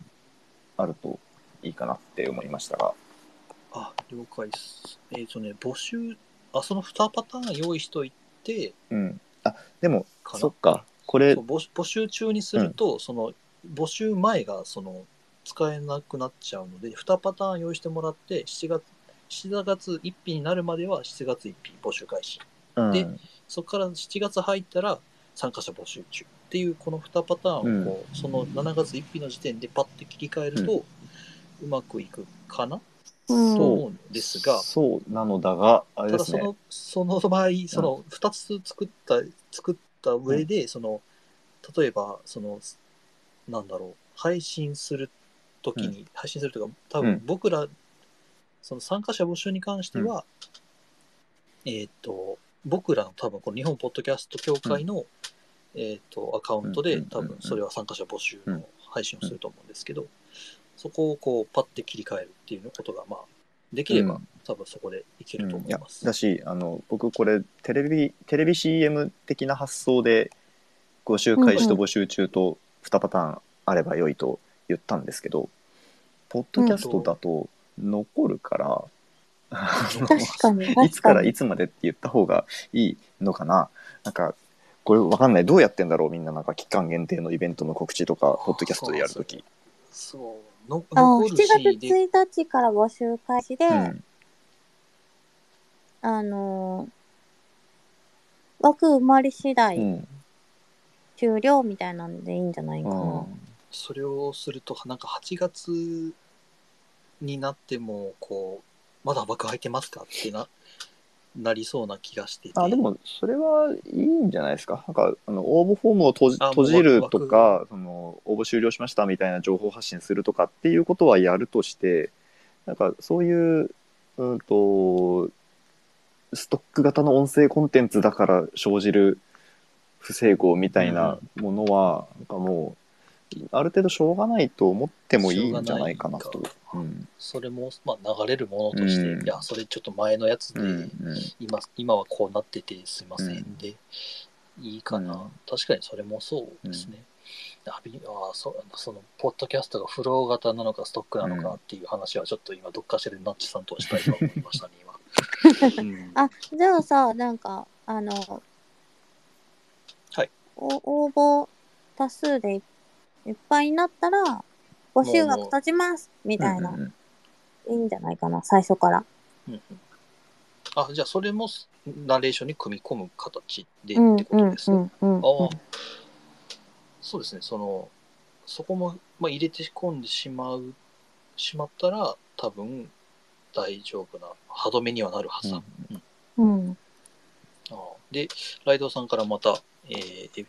[SPEAKER 3] あるといいかなって思いましたが。
[SPEAKER 1] あ、了解です。えっ、とね、募集、あ、その2パターン用意しといて、
[SPEAKER 3] うん。あ、でも、
[SPEAKER 1] かな
[SPEAKER 3] そっか。これ
[SPEAKER 1] そう、募集募集中にすると、その募集前がその使えなくなっちゃうので2パターン用意してもらって7月7月1日になるまでは7月1日募集開始
[SPEAKER 3] うん
[SPEAKER 1] でそこから7月入ったら参加者募集中っていうこの2パターンをこう、その7月1日の時点でパッて切り替えると、うまくいくかな
[SPEAKER 2] うん。
[SPEAKER 1] と思うんですが、
[SPEAKER 3] そうなのだが、あれ
[SPEAKER 1] た
[SPEAKER 3] で
[SPEAKER 1] だ
[SPEAKER 3] す
[SPEAKER 1] そ
[SPEAKER 3] ね。
[SPEAKER 1] の、その場合、その2つ作った、作った上で、その、例えば、その、なんだろう、配信するときに、配信するというか、多
[SPEAKER 3] うん
[SPEAKER 1] 分僕ら、その参加者募集に関しては、えっと、僕らの多分この日本ポッドキャスト協会の、えっと、アカウント
[SPEAKER 3] うん
[SPEAKER 1] で、
[SPEAKER 3] うん
[SPEAKER 1] 多
[SPEAKER 3] うん
[SPEAKER 1] 分それは参加者募集
[SPEAKER 3] うん
[SPEAKER 1] の配信をすると思うんですけど、そこをこう、パッて切り替えるっていうことが、まあ、できれば、
[SPEAKER 3] うん
[SPEAKER 1] 多分そこでいけると思
[SPEAKER 3] い
[SPEAKER 1] い
[SPEAKER 3] や
[SPEAKER 1] ます。
[SPEAKER 3] だしあの僕これテレビテレビ CM 的な発想で募集開始と
[SPEAKER 2] うん
[SPEAKER 3] 募集中と2パターンあれば良いと言ったんですけど、ポッドキャストだと残るから、あの
[SPEAKER 2] 確かに。確に
[SPEAKER 3] いつからいつまでって言った方がいいのかななんかこれ分かんないどうやってんだろうみんななんか期間限定のイベントの告知とかポッドキャストでやるとき。
[SPEAKER 1] そう、の
[SPEAKER 2] あ
[SPEAKER 1] 残る
[SPEAKER 2] 7
[SPEAKER 1] し、
[SPEAKER 2] 月
[SPEAKER 1] で、
[SPEAKER 2] 1日から募集開始で、
[SPEAKER 3] うん
[SPEAKER 2] あのー枠埋まり次
[SPEAKER 3] う
[SPEAKER 2] 第
[SPEAKER 3] ん
[SPEAKER 2] 終了みたいなのでいいんじゃないかな。
[SPEAKER 1] それをすると、なんか8月になっても、こう、まだ枠空いてますかってな、なりそうな気がしてて。
[SPEAKER 3] あでもそれはいいんじゃないですかなんかあの応募フォームを閉じ
[SPEAKER 1] あもう
[SPEAKER 3] 閉じると
[SPEAKER 1] 枠
[SPEAKER 3] かその応募終了しましたみたいな情報発信するとかっていうことはやるとしてなんかそういううんとストック型の音声コンテンツだから生じる不成功みたいなものは、なんかもうある程度しょうがないと思ってもいいんじゃないかな
[SPEAKER 1] しょ
[SPEAKER 3] と
[SPEAKER 1] うがない。
[SPEAKER 3] うん
[SPEAKER 1] それも、まあ、流れるものとして、
[SPEAKER 3] うん
[SPEAKER 1] いや、それちょっと前のやつで、
[SPEAKER 3] うんうん
[SPEAKER 1] 今、今はこうなっててすいません、
[SPEAKER 3] うん
[SPEAKER 1] で、いいかな、
[SPEAKER 3] うん
[SPEAKER 1] 確かにそれもそうですね。あびあそそのポッドキャストがフロー型なのかストックなのかっていう話はちょっと今どっかしらでナッチさんとはしたいと思いましたね今、うん
[SPEAKER 2] あ、じゃあさ、なんか、あの、
[SPEAKER 1] はい
[SPEAKER 2] お応募多数でいいっぱいになったら、募集枠閉じますみたいな、
[SPEAKER 3] うんうん
[SPEAKER 2] いいんじゃないかな、最初から。
[SPEAKER 1] うんうん あじゃあそれもナレーションに組み込む形でっ
[SPEAKER 2] うん
[SPEAKER 1] て
[SPEAKER 2] うん
[SPEAKER 1] ことです
[SPEAKER 2] う
[SPEAKER 1] ね、
[SPEAKER 2] んうん
[SPEAKER 1] ああそうですねそのそこも、まあ、入れて込んでしまうしまったら多分大丈夫な歯止めにはなるはずだ、
[SPEAKER 3] う
[SPEAKER 2] う
[SPEAKER 3] ん
[SPEAKER 2] ん。
[SPEAKER 1] ああでライドさんからまた、えーえ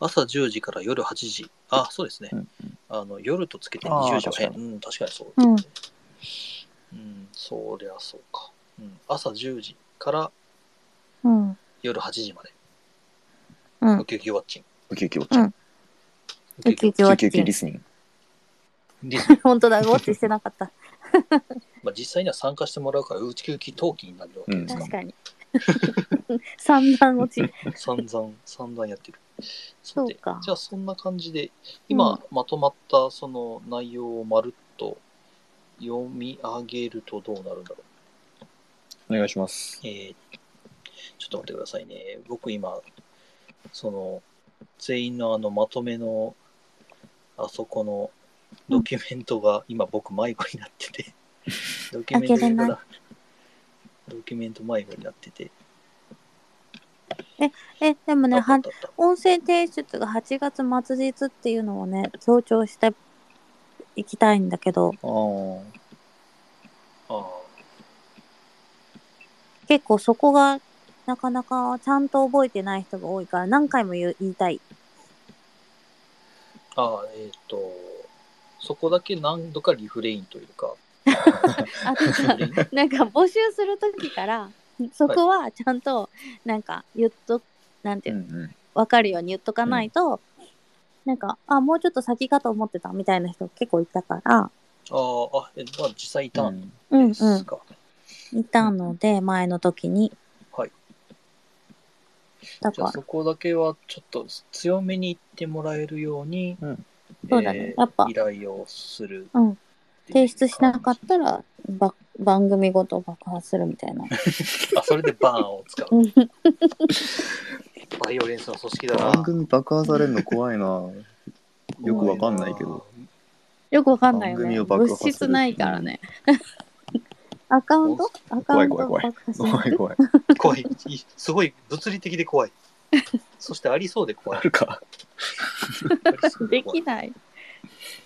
[SPEAKER 1] 朝10時から夜8時あそうですね、
[SPEAKER 3] うん
[SPEAKER 1] あの夜とつけて
[SPEAKER 3] ああ
[SPEAKER 1] 20時は
[SPEAKER 3] 確か
[SPEAKER 1] うん、確かにそう、
[SPEAKER 2] うん
[SPEAKER 1] うんそりゃそうか、うん、朝10時から
[SPEAKER 2] うん。
[SPEAKER 1] 夜8時まで
[SPEAKER 2] うん
[SPEAKER 1] ウ。キウキウォッチン。
[SPEAKER 3] ウキウキウォッチン
[SPEAKER 1] ウ
[SPEAKER 2] ウキウキウォ
[SPEAKER 3] ウ
[SPEAKER 2] ッ
[SPEAKER 3] キウ
[SPEAKER 2] チ
[SPEAKER 3] キ
[SPEAKER 2] ン
[SPEAKER 3] リ。スニング
[SPEAKER 1] リスナー
[SPEAKER 2] 本当だ、ウォッチしてなかった。
[SPEAKER 1] まあ、実際には参加してもらうから、ウキウキトーキになるわけですか
[SPEAKER 2] 確かに。 三段落ち。
[SPEAKER 1] ら、散々、散々やってる。
[SPEAKER 2] そう
[SPEAKER 1] で
[SPEAKER 2] か
[SPEAKER 1] じゃあ、そんな感じで、今、まとまったその内容をまるっと読み上げるとどうなるんだろう。
[SPEAKER 3] お願いします
[SPEAKER 1] えーちょっと待ってくださいね。僕今、その、全員のあの、まとめの、あそこの、ドキュメントが、今僕迷子になってて、ドキュメント
[SPEAKER 2] 開けれない
[SPEAKER 1] がドキュメント迷子になってて、
[SPEAKER 2] え、でもね、
[SPEAKER 1] あったあ
[SPEAKER 2] は
[SPEAKER 1] ったあった
[SPEAKER 2] 音声提出が8月末日っていうのをね、強調していきたいんだけど、
[SPEAKER 3] ああ
[SPEAKER 1] あー
[SPEAKER 2] 結構そこがなかなかちゃんと覚えてない人が多いから何回も言う言いたい。
[SPEAKER 1] あー、えっ、と、そこだけ何度かリフレインというか、
[SPEAKER 2] あとさ、
[SPEAKER 1] リフレイン
[SPEAKER 2] なんか募集するときから、そこはちゃんとなんか言っと、なんていううの、
[SPEAKER 3] んうん
[SPEAKER 2] わかるように言っとかないと、なんか、あ、もうちょっと先かと思ってたみたいな人結構いたから、
[SPEAKER 1] あーあ、えまあ、実際いたん
[SPEAKER 2] うん
[SPEAKER 1] で
[SPEAKER 2] う
[SPEAKER 1] す
[SPEAKER 2] ん、
[SPEAKER 1] か。
[SPEAKER 2] いたので、前の時に。
[SPEAKER 1] はい。
[SPEAKER 2] だ
[SPEAKER 1] じゃ
[SPEAKER 2] か
[SPEAKER 1] あ
[SPEAKER 2] ら、
[SPEAKER 1] そこだけはちょっと強めに言ってもらえるように、
[SPEAKER 3] うん
[SPEAKER 1] えー
[SPEAKER 2] そうだねやっぱ
[SPEAKER 1] 依頼をする
[SPEAKER 2] うん提出しなかったらば番組ごと爆破するみたいな。
[SPEAKER 1] た。あ、それでバーンを使う。バイオレンスの組織だな。
[SPEAKER 3] 番組爆破されるの怖いな よくわかんないけど。
[SPEAKER 2] よくわかんないよ
[SPEAKER 3] 番
[SPEAKER 2] ね。
[SPEAKER 3] 組を爆破
[SPEAKER 2] 物
[SPEAKER 3] する
[SPEAKER 2] 質ないからね。アカウントアカウ
[SPEAKER 3] 怖い
[SPEAKER 2] ン
[SPEAKER 3] 怖
[SPEAKER 2] ト
[SPEAKER 3] い怖い
[SPEAKER 2] 爆破する。
[SPEAKER 3] 怖い怖い
[SPEAKER 1] 怖い。いいすごい物理的で 怖い。そしてありそうで怖
[SPEAKER 3] あ
[SPEAKER 1] い。
[SPEAKER 3] るか
[SPEAKER 1] ありそう
[SPEAKER 2] で
[SPEAKER 1] 怖い
[SPEAKER 2] きない。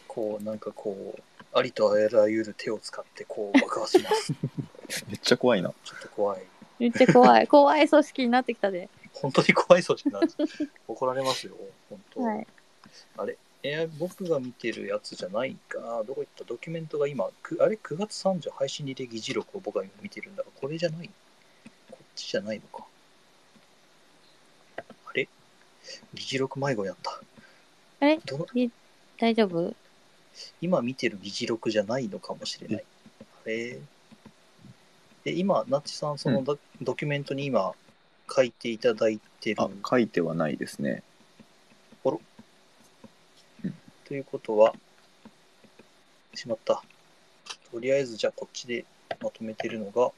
[SPEAKER 1] こう、なんかこう、ありとあらゆる手を使ってこう爆破します。
[SPEAKER 3] めっちゃ怖いな
[SPEAKER 1] ちょっと怖い。
[SPEAKER 2] めっちゃ怖い。怖い組織になってきたで。
[SPEAKER 1] 本当に怖いそうじゃない。怒られますよ、本当。
[SPEAKER 2] はい。
[SPEAKER 1] えー僕が見てるやつじゃないかな。どこ行ったドキュメントが今、くあれ ?9 月30配信履歴議事録を僕が今見てるんだが、これじゃないこっちじゃないのか。あれ議事録迷子やった。
[SPEAKER 2] あれ
[SPEAKER 1] どの
[SPEAKER 2] 大丈夫
[SPEAKER 1] 今見てる議事録じゃないのかもしれない。あれで今、ナッチさん、そのド,、ドキュメントに今書いていただいてる
[SPEAKER 3] あ書いてはないですね
[SPEAKER 1] ということは、しまった。とりあえず、じゃあこっちでまとめてるのが、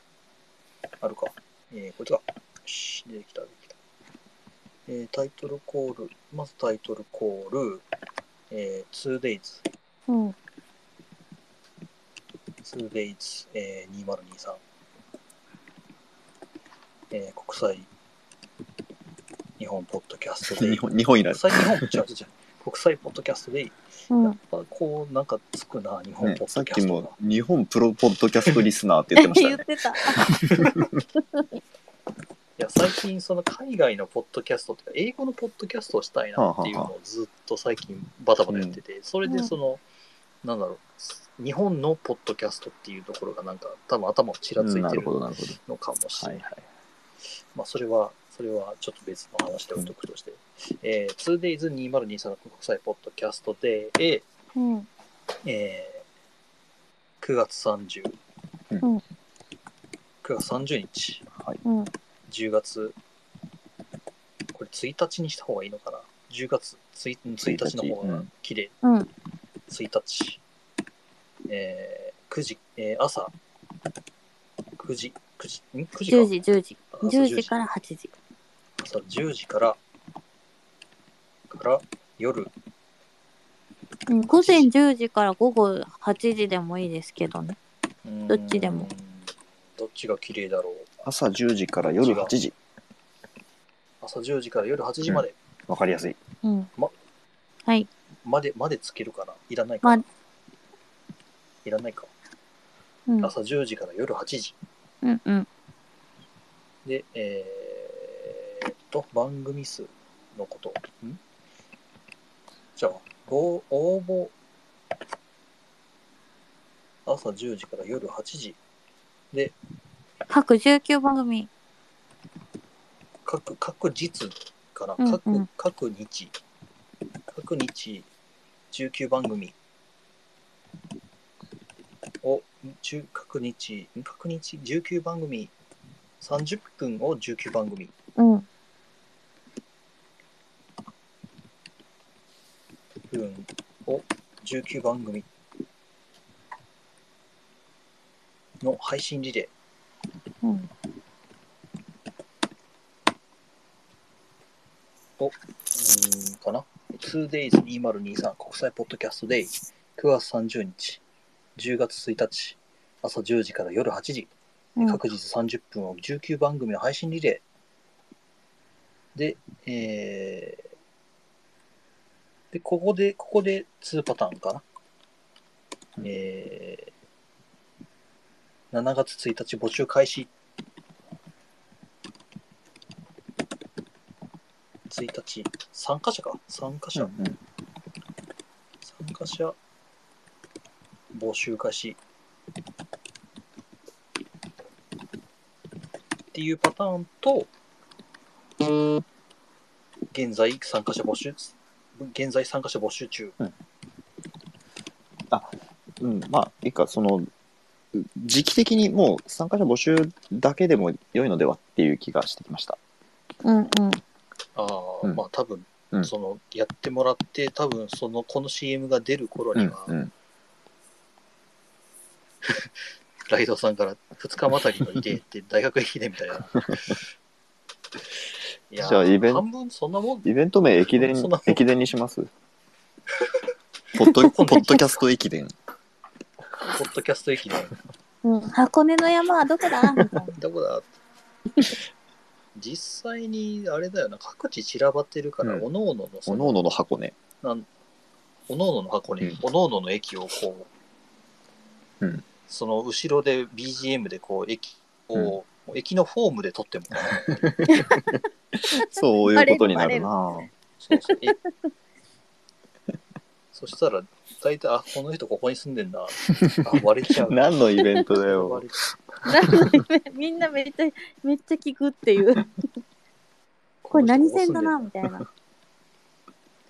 [SPEAKER 1] あるか。えー、こいつが。よし、出てきた、出てきた。えー、タイトルコール。まずタイトルコール。えー、2days。
[SPEAKER 2] うん。
[SPEAKER 1] 2days、えー、2023。えー、国際日本ポッドキャストで
[SPEAKER 3] 日。本日本以来
[SPEAKER 1] 国際日本、違う違う違う国際ポッドキャストで
[SPEAKER 2] う
[SPEAKER 1] やっ
[SPEAKER 2] ん。
[SPEAKER 1] ぱこうなんかつくな日本
[SPEAKER 3] ね
[SPEAKER 1] ポ、ッド
[SPEAKER 3] さっ
[SPEAKER 1] キャ
[SPEAKER 3] き
[SPEAKER 1] ストが、
[SPEAKER 3] も日本プロポッドキャストリスナーって言ってました
[SPEAKER 2] 言っ
[SPEAKER 3] ね。
[SPEAKER 2] てた。
[SPEAKER 1] いや最近その海外のポッドキャストっていうか英語のポッドキャストをしたいなっていうのをずっと最近バタバタやってて、それでその、なんだろう日本のポッドキャストっていうところがなんか多分頭をちらついてる
[SPEAKER 3] なるほど。
[SPEAKER 1] のかもしれない、
[SPEAKER 3] はい
[SPEAKER 1] まあそれはそれはちょっと別の話で置いとくとして、えー、2days2023 の国際ポッドキャストで、え
[SPEAKER 2] うん。
[SPEAKER 1] ー9月30、
[SPEAKER 2] うん
[SPEAKER 1] 9月30日
[SPEAKER 2] うん。
[SPEAKER 1] 10月、これ1日にした方がいいのかな ?10 月 1, 1日の方
[SPEAKER 3] う
[SPEAKER 1] が
[SPEAKER 3] ん
[SPEAKER 1] 綺麗、
[SPEAKER 2] うん。
[SPEAKER 1] 1日。えー、9時、えー、朝、9時、9時、ん ?9 時か
[SPEAKER 2] 10時、10時。
[SPEAKER 1] 朝
[SPEAKER 2] 10時から8時。
[SPEAKER 1] 朝10時から、から夜、
[SPEAKER 2] うん。午前10時から午後8時でもいいですけどね。
[SPEAKER 1] うーん
[SPEAKER 2] どっちでも。
[SPEAKER 1] どっちが綺麗だろう
[SPEAKER 3] 朝10時から夜8時。
[SPEAKER 1] 朝10時から夜8時まで、
[SPEAKER 3] わかりやすい。
[SPEAKER 2] うん。
[SPEAKER 1] ま
[SPEAKER 2] はい。
[SPEAKER 1] まで、までつけるかないらないかな、
[SPEAKER 2] ま
[SPEAKER 1] いらないか。
[SPEAKER 2] うん。
[SPEAKER 1] 朝10時から夜8時。
[SPEAKER 2] うんうん。
[SPEAKER 1] で、えーっと、番組数のこと。んじゃあ、ご応募、朝10時から夜8時、
[SPEAKER 2] 各19番組。
[SPEAKER 1] 各、各日かな、
[SPEAKER 2] うんう
[SPEAKER 1] 各
[SPEAKER 2] ん、
[SPEAKER 1] 各日、各日、19番組を、中各日、ん各日19番組、30分を19番組。
[SPEAKER 2] うん。
[SPEAKER 1] 分を19番組の配信リレ
[SPEAKER 2] うん。
[SPEAKER 1] ーうーんかな 2days2023 国際ポッドキャストデイ9月30日10月1日朝10時から夜8時
[SPEAKER 2] うん
[SPEAKER 1] 各日30分を19番組の配信リレーで、えー、で、ここで、ここで2パターンかな。
[SPEAKER 3] うん
[SPEAKER 1] えー、7月1日募集開始。1日、参加者か参加者、
[SPEAKER 3] うん
[SPEAKER 1] 参加者募集開始っていうパターンと現在参加者募集現在参加者募集中
[SPEAKER 3] うん、うんまあ、いいか、その、時期的にもう参加者募集だけでも良いのではっていう気がしてきました。
[SPEAKER 2] うんうん。
[SPEAKER 1] ああ、
[SPEAKER 3] うん
[SPEAKER 1] まあ多分、
[SPEAKER 3] うん
[SPEAKER 1] そのやってもらって多分そのこの CM が出る頃
[SPEAKER 3] う
[SPEAKER 1] に
[SPEAKER 3] ん
[SPEAKER 1] は、
[SPEAKER 3] うん
[SPEAKER 1] ライドさんから2日またぎの異例って 大学駅伝みたい な。いや
[SPEAKER 3] じゃあイベン
[SPEAKER 1] 半分そんなもん
[SPEAKER 3] イベント名駅伝
[SPEAKER 1] そんな、
[SPEAKER 3] 駅伝にします。 ポ ッド、ポッドキャスト駅伝。
[SPEAKER 1] ポッドキャスト駅伝。
[SPEAKER 2] うん、箱根の山はどこ だみたいな。
[SPEAKER 1] どこだ実際にあれだよな、各地散らばってるから、
[SPEAKER 3] うん
[SPEAKER 1] おのおののそ
[SPEAKER 3] お
[SPEAKER 1] の
[SPEAKER 3] のおのの箱根。
[SPEAKER 1] なんおのおのの箱根、
[SPEAKER 3] うん
[SPEAKER 1] おのおのの駅をこう、
[SPEAKER 3] うん
[SPEAKER 1] その後ろで BGM でこう駅を、駅のフォームで撮ってもらう。
[SPEAKER 3] そういうことになるな
[SPEAKER 1] そうそうえ そしたら、大体、あ、この人ここに住んでんだ。あ、割れちゃ う。
[SPEAKER 3] 何のイベントだよ
[SPEAKER 1] 割。れ
[SPEAKER 2] なんかめみんなめっちゃ、めっちゃ聞くっていう。 これ何線だなみたいな。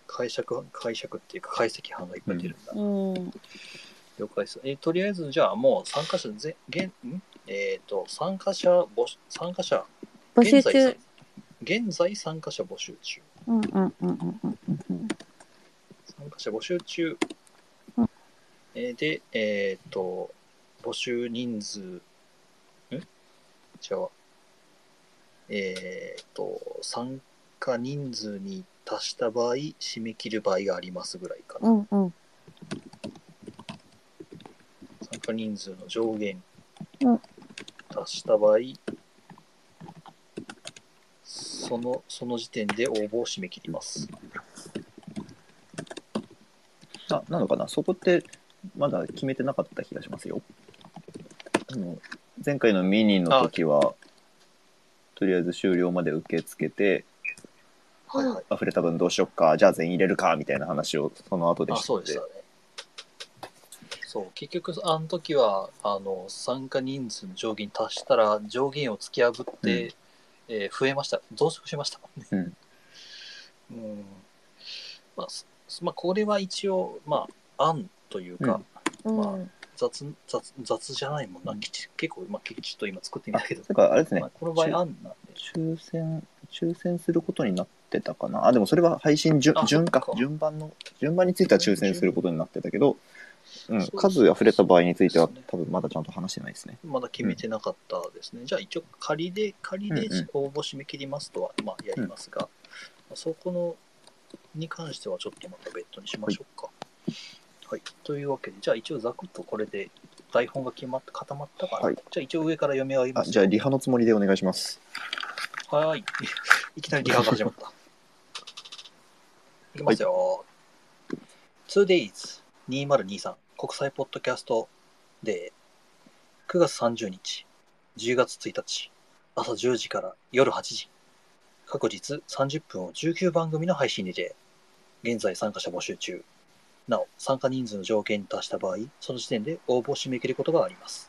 [SPEAKER 1] 解釈、解釈っていうか解析班がいっぱい出るんだ。
[SPEAKER 2] うん。
[SPEAKER 1] 了解です。えーとりあえず、じゃあもう参加者ぜ、現、んえっ、と、参加者募集、参加者、
[SPEAKER 2] 募集
[SPEAKER 1] 現在
[SPEAKER 2] 中。
[SPEAKER 1] 現在参加者募集中。
[SPEAKER 2] うんうんうんうんうんうん
[SPEAKER 1] 参加者募集中
[SPEAKER 2] うん。
[SPEAKER 1] えーで、えっ、と、募集人数、んじゃあ、えっ、と、参加人数に達した場合、締め切る場合がありますぐらいかな。
[SPEAKER 2] うんうん
[SPEAKER 1] 参加人数の上限
[SPEAKER 2] うん
[SPEAKER 1] 達した場合、そのその時点で応募を締め切ります。
[SPEAKER 3] な、なのかなそこって、まだ決めてなかった気がしますよ。あの前回のミニの時は、とりあえず終了まで受け付けて、
[SPEAKER 1] はいはい。
[SPEAKER 3] 溢れた分どうしよっか、じゃあ全員入れるか、みたいな話をその後で
[SPEAKER 1] あ、
[SPEAKER 3] してて
[SPEAKER 1] そうでしたね。そう、結局、あの時は、あの、参加人数の上限に達したら、上限を突き破って、
[SPEAKER 3] うん
[SPEAKER 1] えー増えました。増殖しましたもんね。
[SPEAKER 3] うん。
[SPEAKER 1] うん。まあ、すまあ、これは一応、まあ、案というか、
[SPEAKER 3] うん
[SPEAKER 2] うん
[SPEAKER 1] 雑雑雑じゃないもんな、きち結構、まあ、きちっと今作ってみたけど、
[SPEAKER 3] だからあれですね
[SPEAKER 1] まあ、この場合、案なんで、
[SPEAKER 3] 抽選、抽選することになってたかな。あ、でもそれは配信順
[SPEAKER 1] あ
[SPEAKER 3] 順か
[SPEAKER 1] そっか
[SPEAKER 3] 順番の、順番については抽選することになってたけど、う
[SPEAKER 1] そ
[SPEAKER 3] ん
[SPEAKER 1] うで、す
[SPEAKER 3] 数溢れた場合については
[SPEAKER 1] そうですね
[SPEAKER 3] 多分まだちゃんと話してないですね。
[SPEAKER 1] まだ決めてなかったですね。じゃあ、一応、仮で、仮で
[SPEAKER 3] うんうん
[SPEAKER 1] 応募締め切りますとは、まあ、やりますが、まあそこの、に関してはちょっとまた別途にしましょうか。はい。というわけで、じゃあ、一応、ざくっとこれで、台本が決まって、固まったから、
[SPEAKER 3] はい
[SPEAKER 1] じゃあ、一応、上から読み上げ
[SPEAKER 3] あ、
[SPEAKER 1] ます。
[SPEAKER 3] じゃあリハのつもりでお願いします。
[SPEAKER 1] はーい。いきなりリハが始まった。いきますよ。2days2023 国際ポッドキャストで9月30日、10月1日、朝10時から夜8時、各日30分を19番組の配信にて、現在参加者募集中。なお、参加人数の条件に達した場合、その時点で応募を締め切ることがあります。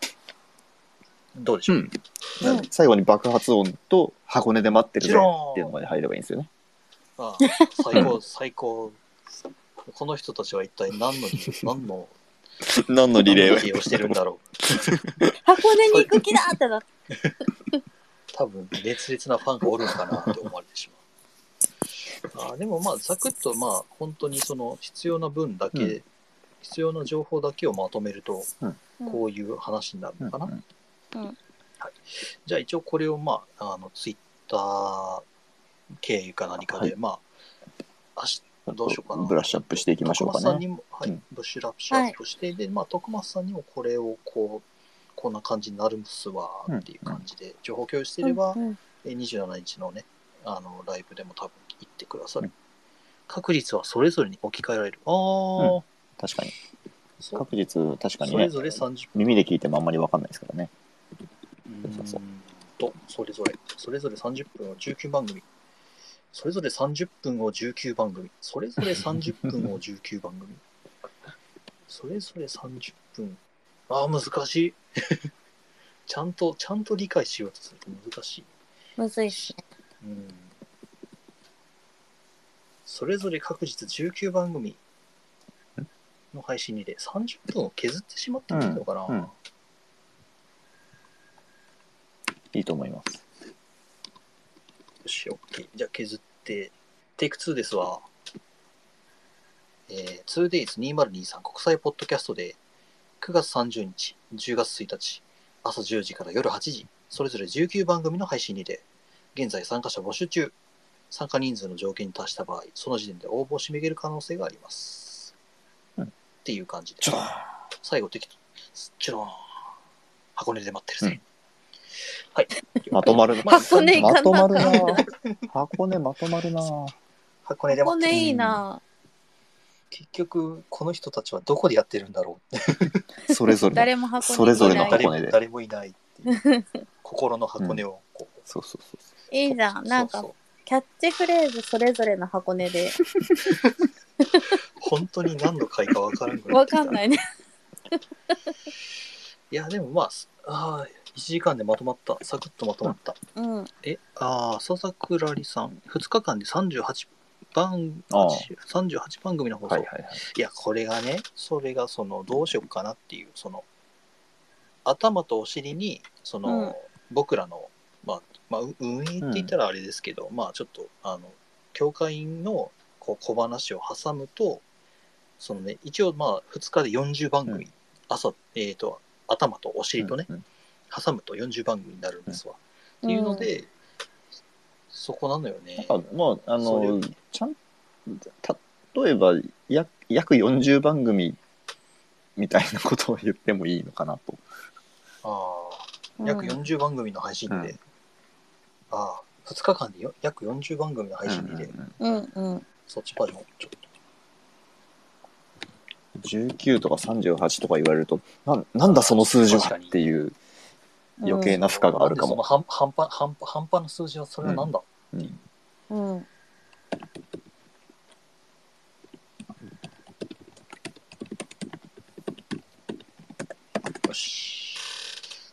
[SPEAKER 1] どうでしょう、
[SPEAKER 3] うん 最後に爆発音と箱根で待ってるぜ
[SPEAKER 1] ジローン
[SPEAKER 3] っていうのが入ればいいんですよね。
[SPEAKER 1] ああ最高、最高。この人たちは一体何 の、何の、
[SPEAKER 3] 何のリレ
[SPEAKER 1] 何の
[SPEAKER 3] ー
[SPEAKER 1] をしてるんだろう。
[SPEAKER 2] 箱根に行く気だってなって。
[SPEAKER 1] 多分、熱烈なファンがおるのかなって思われてしまう。あでも、まあ、ざくっと、まあ、本当にその、必要な分だけ、
[SPEAKER 3] うん
[SPEAKER 1] 必要な情報だけをまとめると、
[SPEAKER 3] うん
[SPEAKER 1] こういう話になるのかな。
[SPEAKER 3] うん
[SPEAKER 1] じゃあ、一応これを、まあ、あの、ツイッター経由か何かで、
[SPEAKER 3] は
[SPEAKER 1] まあ、明日、どうしようかな。
[SPEAKER 3] ブラッシュアップしていきましょうか
[SPEAKER 1] 徳松さん
[SPEAKER 3] ね。
[SPEAKER 1] にも、はい
[SPEAKER 3] うん
[SPEAKER 1] ブッシュラッシュアップして、で、まあ、徳松さんにもこれをこう、こんな感じになるんすわーっていう感じで、情報共有していれば、
[SPEAKER 2] うん
[SPEAKER 1] えー27日のね、あの、ライブでも多分行ってくださる。
[SPEAKER 3] うん
[SPEAKER 1] 確率はそれぞれに置き換えられる。ああ、
[SPEAKER 3] 確かに。
[SPEAKER 1] そ
[SPEAKER 3] 確実、確かに
[SPEAKER 1] そ
[SPEAKER 3] ね
[SPEAKER 1] れ。ぞれ30
[SPEAKER 3] 耳で聞いてもあんまりわかんないですからね。
[SPEAKER 1] 分
[SPEAKER 3] そうそうそう
[SPEAKER 1] と、それぞれ、それぞれ30分を19番組。それぞれ30分を19番組。それぞれ30分を19番 組。それぞれ30分。ああ、難しい。 ちゃんと、ちゃんと理解しようとすると難しい。
[SPEAKER 2] むずいっすね。
[SPEAKER 1] うん。それぞれ各日19番組の配信にで30分を削ってしまってもいいのかな、
[SPEAKER 3] うんうんいいと思います。
[SPEAKER 1] よし、OK。じゃあ削って、テイク2ですわ。えー、2days2023 国際ポッドキャストで、 9月30日、10月1日、朝10時から夜8時、それぞれ19番組の配信にて、現在参加者募集中。参加人数の条件に達した場合、その時点で応募を締め切る可能性があります。
[SPEAKER 3] うん
[SPEAKER 1] っていう感じで
[SPEAKER 3] ちょっ。と
[SPEAKER 1] 最後適当。チュローン。箱根で待ってるぜ。
[SPEAKER 3] うん
[SPEAKER 1] はい。
[SPEAKER 3] まとまる
[SPEAKER 1] まあ
[SPEAKER 2] 箱根行か
[SPEAKER 3] ま
[SPEAKER 2] な
[SPEAKER 3] とまるな
[SPEAKER 2] かっ
[SPEAKER 3] 箱根まとまるな
[SPEAKER 1] 箱根
[SPEAKER 2] た。
[SPEAKER 1] で
[SPEAKER 2] 箱
[SPEAKER 1] 待ってる。
[SPEAKER 2] 根いいな。
[SPEAKER 1] 結局、この人たちはどこでやってるんだろう。
[SPEAKER 3] それぞれの
[SPEAKER 2] 誰も箱根
[SPEAKER 3] それぞれの
[SPEAKER 2] いない
[SPEAKER 1] 誰
[SPEAKER 3] 箱
[SPEAKER 1] も
[SPEAKER 3] 根で
[SPEAKER 1] 誰もいないって いう。心の箱根をこう。
[SPEAKER 3] そうそうそうそ
[SPEAKER 2] いいじゃん。なんか
[SPEAKER 1] そうそう
[SPEAKER 2] キャッチフレーズそれぞれの箱 根で。
[SPEAKER 1] 本当に何の回か分からんぐらい。
[SPEAKER 2] わかんないね。
[SPEAKER 1] いや、でもまあ、あ1時間でまとまった。サクッとまとまった。
[SPEAKER 2] うん。
[SPEAKER 1] え、ああ、笹倉里さん、2日間で38番、
[SPEAKER 3] ああ
[SPEAKER 1] 38番組の放
[SPEAKER 3] う
[SPEAKER 1] 送。
[SPEAKER 3] はい
[SPEAKER 1] い
[SPEAKER 3] はいはい
[SPEAKER 1] や、これがね、それがその、どうしようかなっていう、その、頭とお尻に、その、
[SPEAKER 2] うん
[SPEAKER 1] 僕らの、まあ、まあ、う運営って言ったらあれですけど、まあ、ちょっと、あの、教会員のこう小話を挟むと、そのね、一応、まあ、2日で40番組、
[SPEAKER 3] う
[SPEAKER 1] 朝、えっ、と、頭とお尻とね、
[SPEAKER 3] うんうん
[SPEAKER 1] 挟むと40番組になるんですわ。っていうので、そこなのよね。
[SPEAKER 3] なんかまああ
[SPEAKER 1] それ
[SPEAKER 3] のちゃん例えば約約40番組みたいなことを言ってもいいのかなと
[SPEAKER 1] ああ
[SPEAKER 2] うん
[SPEAKER 1] 約40番組の配信で、
[SPEAKER 3] うん
[SPEAKER 1] ああ2日間でよ約40番組の配信で、
[SPEAKER 3] うんうんうん
[SPEAKER 2] うんうん。
[SPEAKER 1] そっちバージョンちょっ
[SPEAKER 3] 19とか38とか言われるとなんなんだその数字
[SPEAKER 1] 確
[SPEAKER 3] は
[SPEAKER 1] かに
[SPEAKER 3] っていう余計
[SPEAKER 1] と。
[SPEAKER 3] な負荷があるか
[SPEAKER 1] なんで
[SPEAKER 3] も、
[SPEAKER 1] その半半端半端半端な数字はそれはなんだ、
[SPEAKER 3] うん
[SPEAKER 2] うん。
[SPEAKER 1] よし。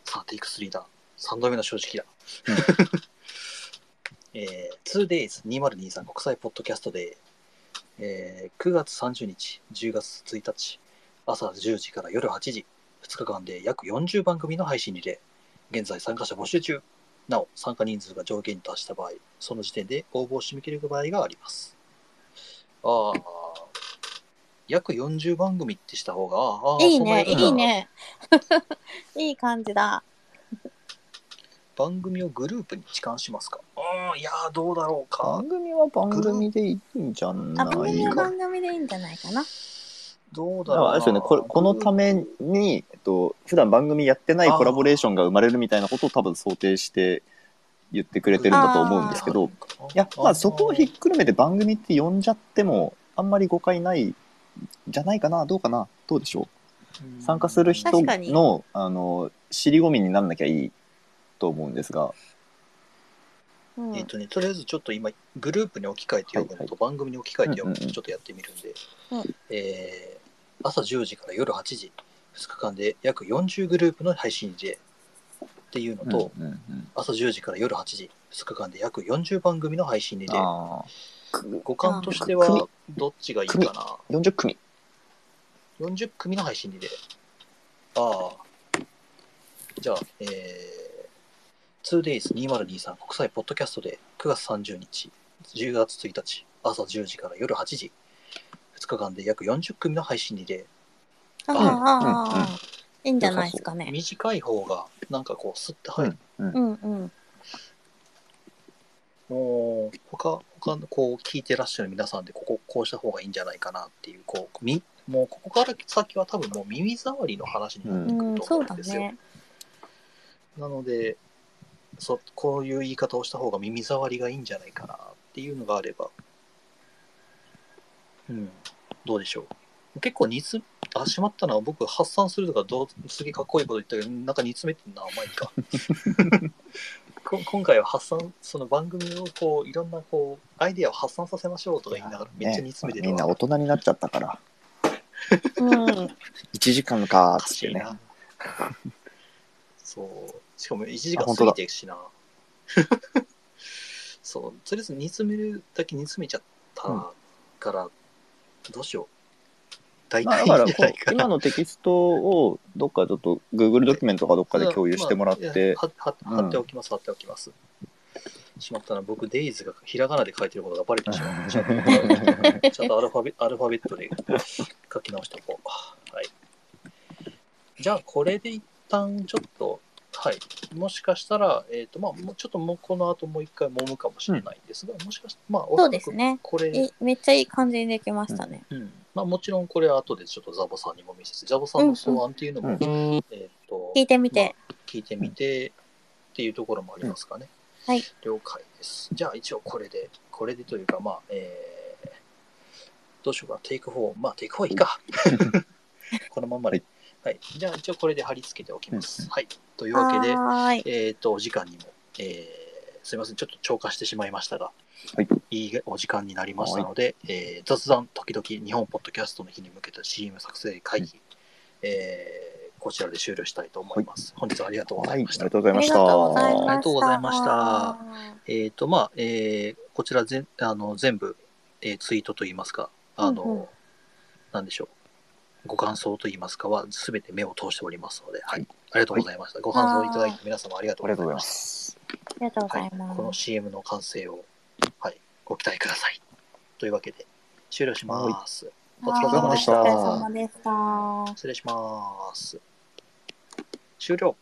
[SPEAKER 1] さあ、テイク3だ。3度目の正直だ。 えー、2days2023 国際ポッドキャストで、えー、9月30日、10月1日、朝10時から夜8時、2日間で約40番組の配信にて、現在参加者募集中。なお、参加人数が上限に達した場合、その時点で応募を締め切る場合があります。ああ、約40番組ってした方が、ああ、
[SPEAKER 2] いい
[SPEAKER 1] そんなや
[SPEAKER 2] ね、
[SPEAKER 1] るんだ
[SPEAKER 2] いいね。 いい感じだ。
[SPEAKER 1] 番組をグループに置換しますかああ、いやー、どうだろうか。
[SPEAKER 3] 番組は番組でいいんじゃ
[SPEAKER 2] あ、
[SPEAKER 3] ない
[SPEAKER 2] 番組は
[SPEAKER 3] か
[SPEAKER 2] 番
[SPEAKER 3] な
[SPEAKER 2] 組でいいんじゃないかな。
[SPEAKER 1] どうだ
[SPEAKER 3] だか
[SPEAKER 1] ろう
[SPEAKER 3] ら
[SPEAKER 1] な。
[SPEAKER 3] あれですよねこれこのために、えっと普段番組やってないコラボレーションが生まれるみたいなことを多分想定して言ってくれてるんだと思うんですけどいやまあそこをひっくるめて番組って呼んじゃってもあんまり誤解ないんじゃないかなどうかなどうでしょう参加する人
[SPEAKER 2] 確かに
[SPEAKER 3] のあの尻込みになんなきゃいいと思うんですが
[SPEAKER 2] うん
[SPEAKER 1] えっ、とね、とりあえずちょっと今、グループに置き換えて読む
[SPEAKER 3] は
[SPEAKER 1] の
[SPEAKER 3] いは
[SPEAKER 1] と番組に置き換えて読むの
[SPEAKER 3] うんうん
[SPEAKER 1] と
[SPEAKER 3] うん
[SPEAKER 1] ちょっとやってみるんで、
[SPEAKER 2] うん
[SPEAKER 1] えー朝10時から夜8時、2日間で約40グループの配信でっていうのと、
[SPEAKER 3] うんうんうん
[SPEAKER 1] 朝10時から夜8時、2日間で約40番組の配信で、
[SPEAKER 3] あー
[SPEAKER 1] 五感として
[SPEAKER 3] 組
[SPEAKER 1] はどっちがいいかな。
[SPEAKER 3] 40組
[SPEAKER 1] 40組の配信で。ああ。じゃあ、えー、2days2023 国際ポッドキャストで9月30日、10月1日、朝10時から夜8時、2日間で約40組の配信にで、
[SPEAKER 2] あ
[SPEAKER 1] うん
[SPEAKER 2] あ
[SPEAKER 3] うんうん
[SPEAKER 2] ああ、いいんじゃないですかね。
[SPEAKER 1] 短い方がなんかこう、スッて入る。
[SPEAKER 2] うんうん。
[SPEAKER 1] もう、他、他のこう、聞いてらっしゃる皆さんで、ここ、こうした方がいいんじゃないかなっていう、こう、みもうここから先は多分もう耳障りの話になってく
[SPEAKER 2] う
[SPEAKER 1] る
[SPEAKER 2] ん、
[SPEAKER 1] と
[SPEAKER 2] そう
[SPEAKER 1] 思う
[SPEAKER 2] だ
[SPEAKER 1] んですよ。
[SPEAKER 2] ね。
[SPEAKER 1] なのでそこういう言い方をした方が耳障りがいいんじゃないかなっていうのがあれば、うん、どうでしょう結構煮詰あしまったのは僕発散するとかどうすげえかっこいいこと言ったけどなんか煮詰めてんな甘いか こ今回は発散その番組をこういろんなこうアイデアを発散させましょうとか言いながらめっちゃ煮詰めて
[SPEAKER 3] ねみんな
[SPEAKER 1] お
[SPEAKER 3] 大人になっちゃったから
[SPEAKER 2] うん。
[SPEAKER 3] 1時間かーっ
[SPEAKER 1] か
[SPEAKER 3] つっ
[SPEAKER 1] してい
[SPEAKER 3] ね
[SPEAKER 1] なそうしかも1時間
[SPEAKER 3] あ本
[SPEAKER 1] 過
[SPEAKER 3] 当
[SPEAKER 1] ぎ
[SPEAKER 3] だ
[SPEAKER 1] ていくしなそうとりあえず煮詰めるだけ煮詰めちゃったから、どうしよう大
[SPEAKER 3] まあ、
[SPEAKER 1] 体い
[SPEAKER 3] だ
[SPEAKER 1] いんじ
[SPEAKER 3] か
[SPEAKER 1] ゃ
[SPEAKER 3] ら
[SPEAKER 1] ない
[SPEAKER 3] こ
[SPEAKER 1] かな、
[SPEAKER 3] う今のテキストをどっかちょっと Google ドキュメントかどっかで共有してもらっ
[SPEAKER 1] まあいや
[SPEAKER 3] て、
[SPEAKER 1] はは
[SPEAKER 3] うん
[SPEAKER 1] 貼っておきます、貼っておきますしまったな僕デイズがひらがなで書いてることがバレてしま うちゃんとちゃんとアルファベアルファベットで書き直しておこうはいじゃあこれで一旦ちょっと、はい、もしかしたら、えっとまあ、もうちょっともうこの後もう一回揉むかもしれないんですが、もしかしたら、まあ、おそ
[SPEAKER 2] そう
[SPEAKER 1] らく
[SPEAKER 2] ですね。
[SPEAKER 1] これ、
[SPEAKER 2] えめっちゃいい感じにできましたね。
[SPEAKER 1] うんまあ、もちろんこれは後でちょっとザボさんにも見せて、ザボさんの草案っていうのも、
[SPEAKER 3] うん
[SPEAKER 1] えっと
[SPEAKER 2] 聞いてみて。
[SPEAKER 1] まあ聞いてみてっていうところもありますかね。
[SPEAKER 2] うんはい
[SPEAKER 1] 了解です。じゃあ一応これで、これでというか、まあ、えー、どうしようか、テイク4、まあテイク4いいか。 このまんまで。はい。じゃあ一応これで貼り付けておきま
[SPEAKER 3] う
[SPEAKER 1] す。
[SPEAKER 3] ん
[SPEAKER 1] はい。というわけで、
[SPEAKER 2] はーい。
[SPEAKER 1] えっ、と、お時間にも、えーすいません、ちょっと超過してしまいましたが、
[SPEAKER 3] はい
[SPEAKER 1] いいお時間になりましたので、えー雑談時々日本ポッドキャストの日に向けた CM 作成会議、
[SPEAKER 3] う
[SPEAKER 1] えーこちらで終了したいと思います。本日はありがとうご
[SPEAKER 3] は
[SPEAKER 1] ざい
[SPEAKER 3] い、あり
[SPEAKER 1] ました
[SPEAKER 3] が。とうございました。
[SPEAKER 1] ありがとうございましたえっ、と、まあ、えーこちらぜんあの全部、えーツイートといいますか、あの、
[SPEAKER 2] うんうん
[SPEAKER 1] なんでしょう。ご感想といいますかは、すべて目を通しておりますので、はい。ありがとうございました。ご感想いただいて皆様ありがと
[SPEAKER 3] あ
[SPEAKER 1] う
[SPEAKER 3] り
[SPEAKER 1] ございま。
[SPEAKER 3] がとうございますす。
[SPEAKER 2] ありがとうござい
[SPEAKER 1] は
[SPEAKER 2] ま
[SPEAKER 1] い、
[SPEAKER 2] す。
[SPEAKER 1] この CM の完成を、はい、ご期待ください。というわけで、終了します。お疲れ様でした
[SPEAKER 2] はいお疲れ様でした。
[SPEAKER 1] 失礼します。終了。